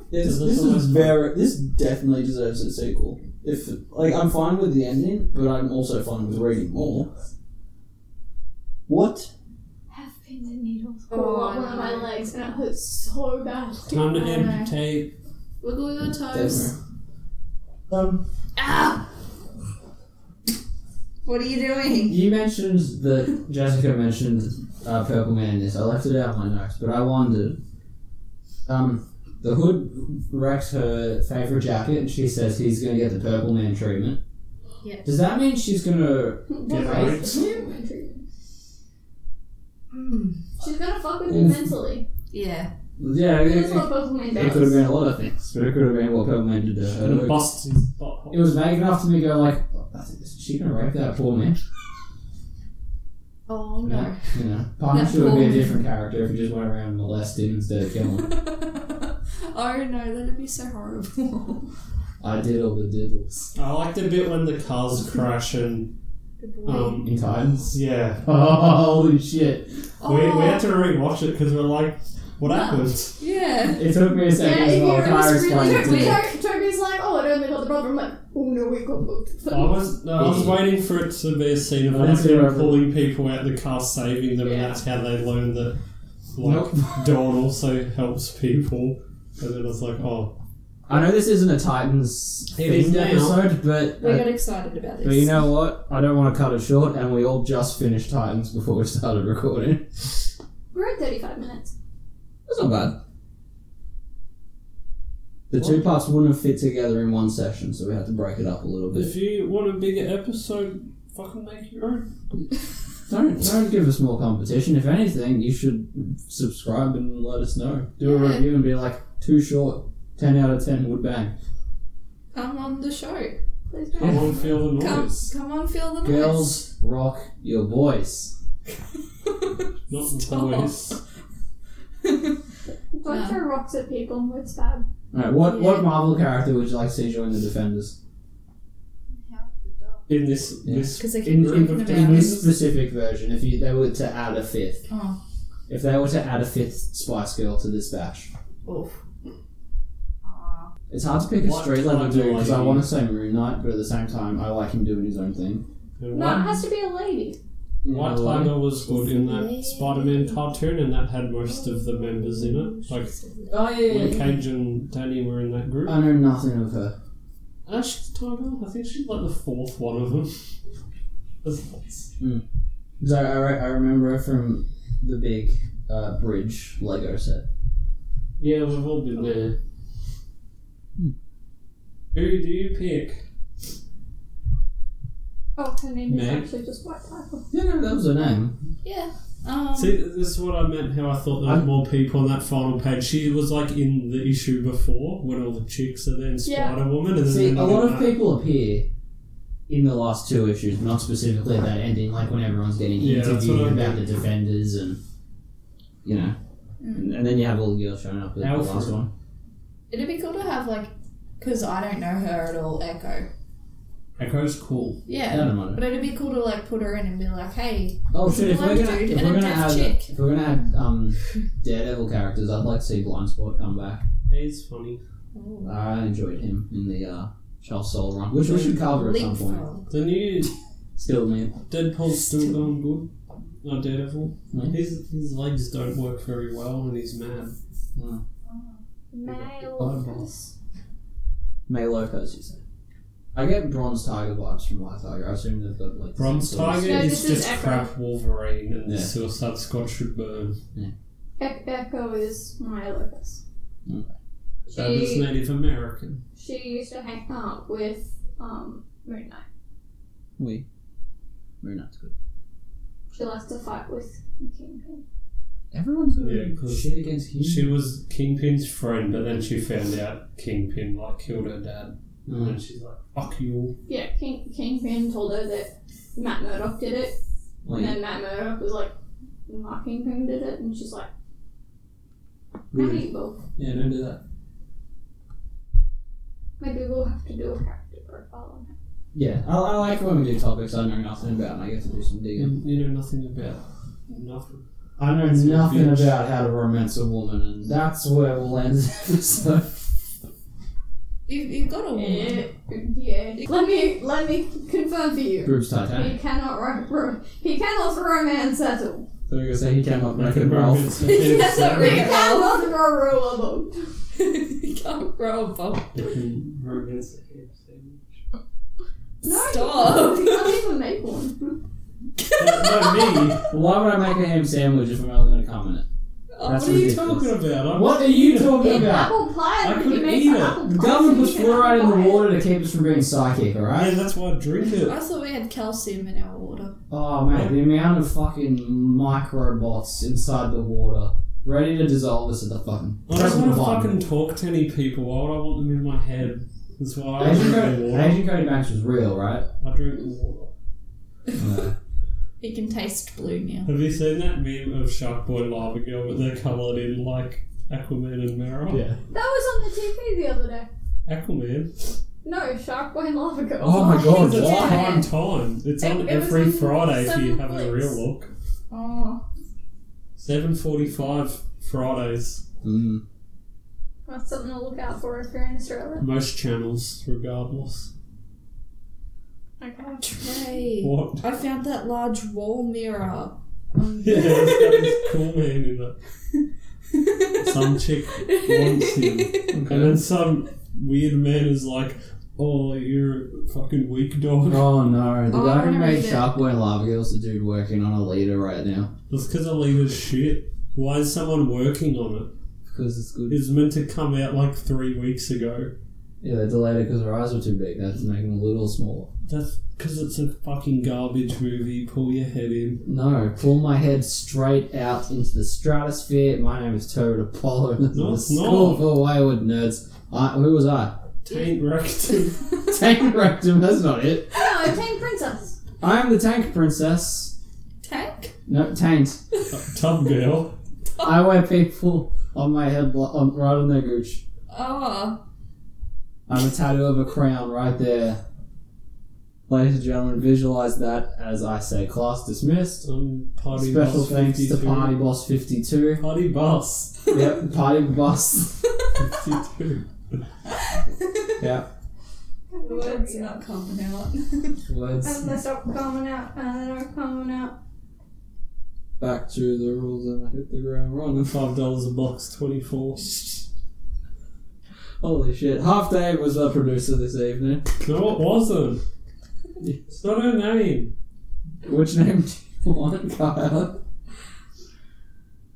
[SPEAKER 1] This,
[SPEAKER 5] So
[SPEAKER 1] this is
[SPEAKER 5] that's almost-
[SPEAKER 1] very. This definitely deserves a sequel. If like I'm fine with the ending, but I'm also fine with reading more. What?
[SPEAKER 3] Have pins and needles
[SPEAKER 2] Oh,
[SPEAKER 3] all up
[SPEAKER 2] I
[SPEAKER 3] one of my
[SPEAKER 2] know.
[SPEAKER 3] legs, and it hurts so bad.
[SPEAKER 5] Time to
[SPEAKER 2] Oh, no.
[SPEAKER 5] amputate.
[SPEAKER 2] Wiggle your toes.
[SPEAKER 1] Um,
[SPEAKER 2] Ah! What are you doing?
[SPEAKER 1] you mentioned that Jessica mentioned uh, Purple Man. in This I left it out of my notes, but I wondered. Um, the hood wrecks her favorite jacket, and she says he's going to get the Purple Man treatment.
[SPEAKER 2] Yeah.
[SPEAKER 1] Does that mean she's going to
[SPEAKER 5] Get
[SPEAKER 1] Yeah,
[SPEAKER 5] right.
[SPEAKER 3] She's
[SPEAKER 2] Mm.
[SPEAKER 3] gonna fuck with me
[SPEAKER 1] Mm.
[SPEAKER 3] mentally.
[SPEAKER 2] Hmm. Yeah.
[SPEAKER 1] Yeah, it,
[SPEAKER 3] It was
[SPEAKER 1] it,
[SPEAKER 3] what Pokemon
[SPEAKER 1] it could have been a lot of things, but it could have been what Pokemon did
[SPEAKER 2] Oh.
[SPEAKER 1] to
[SPEAKER 5] And it
[SPEAKER 1] her.
[SPEAKER 5] busts his butthole.
[SPEAKER 1] It was vague enough to me to go like, "Oh, is she gonna rape that poor man?
[SPEAKER 2] Oh
[SPEAKER 1] You know,
[SPEAKER 2] no.
[SPEAKER 1] you know,
[SPEAKER 2] That
[SPEAKER 1] Punisher would be
[SPEAKER 2] poor
[SPEAKER 1] a
[SPEAKER 2] man.
[SPEAKER 1] different character if he just went around molesting instead of killing.
[SPEAKER 2] oh no, that'd be so horrible.
[SPEAKER 1] I did all the diddles
[SPEAKER 5] I like the bit when the cars crash and
[SPEAKER 2] Good boy.
[SPEAKER 5] um,
[SPEAKER 1] in Titans.
[SPEAKER 5] yeah,
[SPEAKER 1] Holy shit!
[SPEAKER 5] we,
[SPEAKER 2] oh,
[SPEAKER 5] we had to rewatch it because we're like, what
[SPEAKER 2] Wow.
[SPEAKER 5] happened?
[SPEAKER 2] yeah.
[SPEAKER 1] It took me a
[SPEAKER 3] Yeah,
[SPEAKER 1] second
[SPEAKER 3] if
[SPEAKER 1] as well.
[SPEAKER 3] you're it
[SPEAKER 1] Tyrus
[SPEAKER 3] was
[SPEAKER 1] explained
[SPEAKER 3] really
[SPEAKER 1] it to me.
[SPEAKER 3] Toby's like, oh, I don't think I'll the brother. I'm like, oh no, we got both.
[SPEAKER 1] Oh.
[SPEAKER 5] I was no, I was
[SPEAKER 1] Yeah.
[SPEAKER 5] waiting for it to be a scene of
[SPEAKER 1] I didn't
[SPEAKER 5] like
[SPEAKER 1] see
[SPEAKER 5] them
[SPEAKER 1] it.
[SPEAKER 5] pulling people out the car, saving them, and
[SPEAKER 3] Yeah.
[SPEAKER 5] that's how they learn that like Dawn also helps people. And then I was like, oh,
[SPEAKER 1] I know this isn't a Titans
[SPEAKER 5] It is
[SPEAKER 1] themed
[SPEAKER 5] now.
[SPEAKER 1] episode, but
[SPEAKER 2] We
[SPEAKER 1] uh,
[SPEAKER 2] got excited about this.
[SPEAKER 1] but you know what? I don't want to cut it short, and we all just finished Titans before we started recording.
[SPEAKER 3] We're at 35 minutes.
[SPEAKER 1] That's not bad. The two parts wouldn't have fit together in one session, so we had to break it up a little bit.
[SPEAKER 5] if you want a bigger episode, fucking make your own.
[SPEAKER 1] Don't don't give us more competition. If anything, you should subscribe and let us know. Do a
[SPEAKER 2] Yeah.
[SPEAKER 1] review and be like, too short. Ten out of ten would bang.
[SPEAKER 2] Come on the show.
[SPEAKER 3] Please
[SPEAKER 5] I
[SPEAKER 1] Oh.
[SPEAKER 3] don't.
[SPEAKER 5] want to feel the
[SPEAKER 2] Come,
[SPEAKER 5] noise,
[SPEAKER 2] come on, feel the noise.
[SPEAKER 1] Girls rock your voice.
[SPEAKER 5] not the
[SPEAKER 2] Stop.
[SPEAKER 5] noise.
[SPEAKER 3] Don't throw rocks at people. It's bad.
[SPEAKER 1] Alright, what
[SPEAKER 2] Yeah.
[SPEAKER 1] what Marvel character would you like to see join the Defenders?
[SPEAKER 5] In this,
[SPEAKER 1] Yeah.
[SPEAKER 5] this
[SPEAKER 2] Because they keep
[SPEAKER 1] In, in,
[SPEAKER 2] talking
[SPEAKER 1] in
[SPEAKER 2] about
[SPEAKER 1] this
[SPEAKER 2] this.
[SPEAKER 1] specific version, if you, they were to add a fifth,
[SPEAKER 2] Oh,
[SPEAKER 1] if they were to add a fifth Spice Girl to this batch,
[SPEAKER 2] oof.
[SPEAKER 1] it's hard to pick a
[SPEAKER 5] What
[SPEAKER 1] street level
[SPEAKER 5] kind of
[SPEAKER 1] dude because I
[SPEAKER 5] lady?
[SPEAKER 1] want to say Moon Knight, but at the same time, I like him doing his own thing.
[SPEAKER 3] No, it has to be a lady.
[SPEAKER 5] White
[SPEAKER 1] You know, like-
[SPEAKER 5] Tiger was good in that Spider-Man cartoon, and that had most of the members in it. Like
[SPEAKER 1] Oh yeah, yeah,
[SPEAKER 5] Luke
[SPEAKER 1] yeah.
[SPEAKER 5] Cage and Danny were in that group.
[SPEAKER 1] I know nothing of her.
[SPEAKER 5] Uh, she's Tiger. I think she's like the fourth one of them. That's-
[SPEAKER 1] Because I, I, re- I remember her from the big uh, bridge Lego set.
[SPEAKER 5] yeah, we've all been there.
[SPEAKER 1] Hmm.
[SPEAKER 5] Who do you pick?
[SPEAKER 3] Oh, her name is
[SPEAKER 5] Meg?
[SPEAKER 3] actually just White Tiger.
[SPEAKER 1] Yeah, no, that was her name.
[SPEAKER 2] Yeah. Um,
[SPEAKER 5] See, this is what I meant. How I thought there was
[SPEAKER 1] I'm-
[SPEAKER 5] more people on that final page. She was like in the issue before when all the chicks are then
[SPEAKER 3] Yeah.
[SPEAKER 5] Spider Woman, and then
[SPEAKER 1] See, a
[SPEAKER 5] another
[SPEAKER 1] lot of
[SPEAKER 5] guy.
[SPEAKER 1] people appear in the last two issues, not specifically at that ending, like when everyone's getting
[SPEAKER 5] Yeah, that's
[SPEAKER 1] interviewed
[SPEAKER 5] what I
[SPEAKER 1] about
[SPEAKER 5] mean.
[SPEAKER 1] the defenders and, you know. And, and then you have all the girls showing up at the
[SPEAKER 5] Alfred.
[SPEAKER 1] last one.
[SPEAKER 2] it'd be cool to have like, because I don't know her at all. Echo.
[SPEAKER 5] Echo's cool.
[SPEAKER 1] I
[SPEAKER 2] Yeah.
[SPEAKER 1] don't mind.
[SPEAKER 2] But it'd be cool to like put her in and be like, hey,
[SPEAKER 1] Oh shit! If we're
[SPEAKER 2] Blind
[SPEAKER 1] gonna,
[SPEAKER 2] dude
[SPEAKER 1] if
[SPEAKER 2] and
[SPEAKER 1] we're
[SPEAKER 2] a
[SPEAKER 1] gonna
[SPEAKER 2] deaf
[SPEAKER 1] add,
[SPEAKER 2] chick.
[SPEAKER 1] if we're gonna add um, Daredevil characters, I'd like to see Blind Spot come back.
[SPEAKER 5] He's funny.
[SPEAKER 1] I enjoyed him in the uh, Charles Soul run, which we should cover at some point.
[SPEAKER 2] leapfrog.
[SPEAKER 5] The new
[SPEAKER 1] Still, man.
[SPEAKER 5] Deadpool's still going good. No Daredevil.
[SPEAKER 1] Hmm.
[SPEAKER 5] His his legs don't work very well, and he's mad.
[SPEAKER 3] Male.
[SPEAKER 1] May Lopez, you said. I get Bronze Tiger vibes from White Tiger. I assume they've got like.
[SPEAKER 5] Bronze
[SPEAKER 1] some sort of-
[SPEAKER 5] Tiger
[SPEAKER 3] No,
[SPEAKER 5] is
[SPEAKER 3] this is
[SPEAKER 5] just
[SPEAKER 3] Echo.
[SPEAKER 5] crap Wolverine, and
[SPEAKER 1] Yeah.
[SPEAKER 5] Suicide Squad should burn.
[SPEAKER 3] E- Echo is my Lucas.
[SPEAKER 1] Okay.
[SPEAKER 5] That is
[SPEAKER 3] She,
[SPEAKER 5] Native American.
[SPEAKER 3] she used to hang out with um, Moon Knight.
[SPEAKER 1] We. We're not good.
[SPEAKER 3] She likes to fight with Kingpin.
[SPEAKER 1] Everyone's doing
[SPEAKER 5] Yeah, 'cause
[SPEAKER 1] shit against him.
[SPEAKER 5] She was Kingpin's friend, but then she found out Kingpin like killed her dad, and
[SPEAKER 1] Mm.
[SPEAKER 5] then she's like, "Fuck you!"
[SPEAKER 3] Yeah, King, Kingpin told her that Matt Murdock did it,
[SPEAKER 1] Like,
[SPEAKER 3] and then Matt Murdock was like, "My Kingpin did it," and she's like, "How
[SPEAKER 1] weird.
[SPEAKER 3] do you both?
[SPEAKER 5] Yeah, don't do that.
[SPEAKER 3] Maybe we'll have to do a character profile on her."
[SPEAKER 1] Yeah, I, I like when we do topics I know nothing about and I get to do some digging.
[SPEAKER 5] You, you know nothing about nothing.
[SPEAKER 1] I know
[SPEAKER 5] It's
[SPEAKER 1] nothing
[SPEAKER 5] huge.
[SPEAKER 1] about how to romance a woman, and that's where we'll end this episode.
[SPEAKER 2] You you got a woman.
[SPEAKER 3] Yeah, yeah. Let me let me confirm for you.
[SPEAKER 1] Bruce Titanic.
[SPEAKER 3] He cannot ro- ro- he cannot romance at all.
[SPEAKER 1] So we're gonna say he came up
[SPEAKER 5] Like
[SPEAKER 1] like a Ralph.
[SPEAKER 5] romance-
[SPEAKER 2] He doesn't
[SPEAKER 3] He
[SPEAKER 2] really-
[SPEAKER 3] cannot roll a boat.
[SPEAKER 2] you can't grow a bump.
[SPEAKER 5] You can romance it.
[SPEAKER 3] No, he
[SPEAKER 2] Stop.
[SPEAKER 3] can't. He can't even make one.
[SPEAKER 5] No, me.
[SPEAKER 1] Why would I make a ham sandwich if I'm not gonna come in it?
[SPEAKER 2] Oh,
[SPEAKER 1] That's
[SPEAKER 5] What are you
[SPEAKER 1] ridiculous.
[SPEAKER 5] talking about? I'm-
[SPEAKER 1] What are you talking
[SPEAKER 3] An
[SPEAKER 1] about?
[SPEAKER 3] apple pie.
[SPEAKER 5] I
[SPEAKER 3] that he
[SPEAKER 5] couldn't
[SPEAKER 3] makes
[SPEAKER 5] eat
[SPEAKER 3] an
[SPEAKER 5] it.
[SPEAKER 3] apple
[SPEAKER 1] The
[SPEAKER 3] pie,
[SPEAKER 1] government
[SPEAKER 3] so
[SPEAKER 1] puts
[SPEAKER 3] he can
[SPEAKER 1] fluoride in
[SPEAKER 3] apple
[SPEAKER 1] the
[SPEAKER 3] pie.
[SPEAKER 1] water to keep us from being psychic,
[SPEAKER 5] Yeah,
[SPEAKER 1] alright?
[SPEAKER 5] that's why I drink it.
[SPEAKER 2] I thought we had calcium in our water.
[SPEAKER 1] Oh, mate, the amount of fucking microbots inside the water ready to dissolve us at the fucking.
[SPEAKER 5] I don't want to
[SPEAKER 1] One.
[SPEAKER 5] fucking talk to any people. Why would I want them in my head? That's why I
[SPEAKER 1] Agent
[SPEAKER 5] drink the
[SPEAKER 1] Cody,
[SPEAKER 5] water.
[SPEAKER 1] Agent Cody Max was real, right?
[SPEAKER 5] I drink the water.
[SPEAKER 2] He can taste blue now.
[SPEAKER 5] Have you seen that meme of Sharkboy Lava Girl where they're coloured in like Aquaman and Mara?
[SPEAKER 1] yeah.
[SPEAKER 3] That was on the TV the other day.
[SPEAKER 5] Aquaman.
[SPEAKER 3] No, Sharkboy and Lava Girl.
[SPEAKER 1] Oh my god,
[SPEAKER 5] It's
[SPEAKER 1] why?
[SPEAKER 5] prime time. It's
[SPEAKER 2] It-
[SPEAKER 5] on
[SPEAKER 2] it was
[SPEAKER 5] every
[SPEAKER 2] on
[SPEAKER 5] Friday if you
[SPEAKER 2] seven
[SPEAKER 5] have a
[SPEAKER 2] flicks.
[SPEAKER 5] real look.
[SPEAKER 2] Oh,
[SPEAKER 5] 7.45 Fridays.
[SPEAKER 1] Mm.
[SPEAKER 3] That's something to look out for if you're in Australia.
[SPEAKER 5] Most channels, regardless.
[SPEAKER 3] Okay.
[SPEAKER 2] Trey.
[SPEAKER 5] What?
[SPEAKER 2] I found that large wall mirror. Um,
[SPEAKER 5] Yeah, it's got this cool man in it. Some chick wants him. And then some weird man is like, oh, you're a fucking weak dog.
[SPEAKER 1] Oh no, the
[SPEAKER 2] Oh,
[SPEAKER 1] guy
[SPEAKER 2] I
[SPEAKER 1] who
[SPEAKER 2] wanna
[SPEAKER 1] made
[SPEAKER 2] read it.
[SPEAKER 1] Sharkboy and Lava Girl's the dude working on a leader right now.
[SPEAKER 5] That's because I leave his shit. Why is someone working on
[SPEAKER 1] Because it's
[SPEAKER 5] it?
[SPEAKER 1] good.
[SPEAKER 5] It's meant to come out like three weeks ago.
[SPEAKER 1] Yeah, they delayed it because her eyes were too big. That's making them a little smaller.
[SPEAKER 5] That's because it's a fucking garbage movie. Pull your head in.
[SPEAKER 1] No, pull my head straight out into the stratosphere. My name is Toad Apollo. and This
[SPEAKER 5] No,
[SPEAKER 1] is
[SPEAKER 5] it's
[SPEAKER 1] the
[SPEAKER 5] not.
[SPEAKER 1] school for wayward nerds. I, who was I?
[SPEAKER 5] Taint rectum.
[SPEAKER 1] Tank Rectum, that's not it.
[SPEAKER 3] Oh, no, Tame Princess.
[SPEAKER 1] I am the Tank Princess.
[SPEAKER 2] Tank?
[SPEAKER 1] No, Taint.
[SPEAKER 5] Tub girl.
[SPEAKER 1] I wear people on my head, blo- on, right on their gooch.
[SPEAKER 2] Oh,
[SPEAKER 1] I'm a tattoo of a crown right there. Ladies and gentlemen, visualize that as I say class dismissed.
[SPEAKER 5] Um, party
[SPEAKER 1] Special
[SPEAKER 5] bus
[SPEAKER 1] thanks
[SPEAKER 5] 52.
[SPEAKER 1] to Party Boss 52.
[SPEAKER 5] Party bus.
[SPEAKER 1] yep, Party Boss.
[SPEAKER 5] 52.
[SPEAKER 1] Yep,
[SPEAKER 2] words not coming out.
[SPEAKER 1] words.
[SPEAKER 3] And they stop coming out, and they don't coming out.
[SPEAKER 1] Back to the rules and I hit the ground running.
[SPEAKER 5] Five dollars a box. Twenty-four.
[SPEAKER 1] Holy shit. Half Dave was the producer this evening.
[SPEAKER 5] No, it wasn't. It's not her name.
[SPEAKER 1] Which name do you want, Kyle?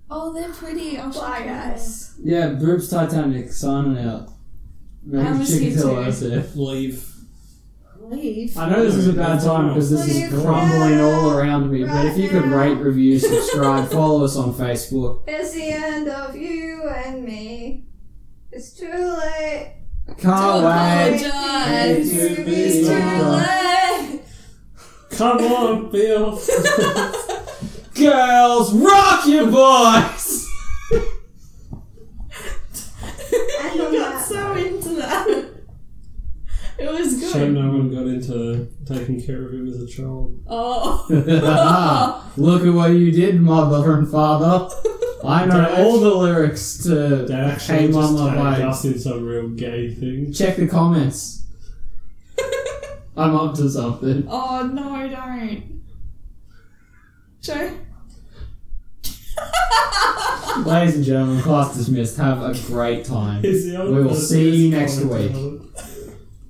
[SPEAKER 2] oh, they're pretty. I'll show
[SPEAKER 3] Bye,
[SPEAKER 2] you.
[SPEAKER 3] guys.
[SPEAKER 1] Yeah, Boobs Titanic, signing out.
[SPEAKER 2] I
[SPEAKER 1] Maybe
[SPEAKER 2] was
[SPEAKER 1] Chicken
[SPEAKER 2] here
[SPEAKER 1] Till
[SPEAKER 2] too.
[SPEAKER 1] I was here.
[SPEAKER 5] Leave.
[SPEAKER 2] Leave.
[SPEAKER 1] I know this is a bad time because this is crumbling all around me, but if you could rate, review, subscribe, follow us on Facebook.
[SPEAKER 3] It's the end of you and me. It's too late.
[SPEAKER 1] Can't wait.
[SPEAKER 2] Apologize.
[SPEAKER 1] to be
[SPEAKER 2] It's too
[SPEAKER 1] young.
[SPEAKER 2] late.
[SPEAKER 5] Come on, Bill.
[SPEAKER 1] Girls, rock your boys!
[SPEAKER 3] And
[SPEAKER 2] you
[SPEAKER 3] on
[SPEAKER 2] got
[SPEAKER 3] that
[SPEAKER 2] so into that. It was good.
[SPEAKER 5] Shame no one got into taking care of him as a child.
[SPEAKER 2] Oh.
[SPEAKER 1] Look at what you did, mother and father. I know all the lyrics to
[SPEAKER 5] Dad actually
[SPEAKER 1] Hey
[SPEAKER 5] just
[SPEAKER 1] Mama
[SPEAKER 5] tagged
[SPEAKER 1] Bye.
[SPEAKER 5] us in some real gay thing.
[SPEAKER 1] Check the comments. I'm up to something.
[SPEAKER 2] oh no, don't. Joe.
[SPEAKER 1] Ladies and gentlemen, class dismissed. Have a great time.
[SPEAKER 5] It's the only
[SPEAKER 1] We will
[SPEAKER 5] person
[SPEAKER 1] see you
[SPEAKER 5] who's
[SPEAKER 1] next
[SPEAKER 5] commented
[SPEAKER 1] week.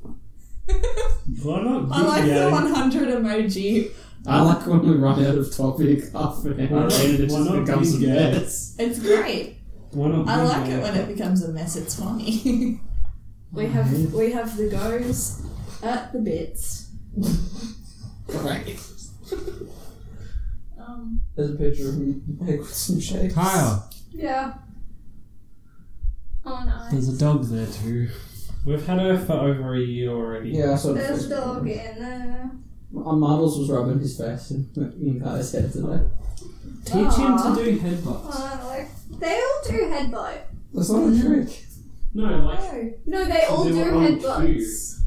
[SPEAKER 5] on it. Why not?
[SPEAKER 2] I like
[SPEAKER 5] gay?
[SPEAKER 2] the 100 emoji.
[SPEAKER 1] I like when we run out of topic half an hour
[SPEAKER 5] not-
[SPEAKER 1] and it
[SPEAKER 5] why
[SPEAKER 1] just
[SPEAKER 5] not
[SPEAKER 1] becomes a
[SPEAKER 5] be gay?
[SPEAKER 1] mess.
[SPEAKER 2] It's great.
[SPEAKER 5] Why not?
[SPEAKER 2] I
[SPEAKER 5] be
[SPEAKER 2] like
[SPEAKER 5] gay?
[SPEAKER 2] it when it becomes a mess. It's funny. we have we have the goes at the bits.
[SPEAKER 1] Right.
[SPEAKER 2] Um,
[SPEAKER 1] There's a picture of me with some shakes. Kyle.
[SPEAKER 3] Yeah. Oh no.
[SPEAKER 5] There's a dog there too. We've had her for over a year already.
[SPEAKER 1] Yeah, I saw the
[SPEAKER 3] There's a
[SPEAKER 1] picture.
[SPEAKER 3] dog in there.
[SPEAKER 1] Our models was rubbing his face in, in Kai's head today.
[SPEAKER 5] Teach him
[SPEAKER 2] Aw.
[SPEAKER 5] to do headbutts.
[SPEAKER 3] Oh, like, they all do headbutt.
[SPEAKER 1] That's not a trick.
[SPEAKER 5] No, like
[SPEAKER 2] no.
[SPEAKER 3] No, they all
[SPEAKER 5] They
[SPEAKER 3] do
[SPEAKER 5] were on
[SPEAKER 3] headbutts.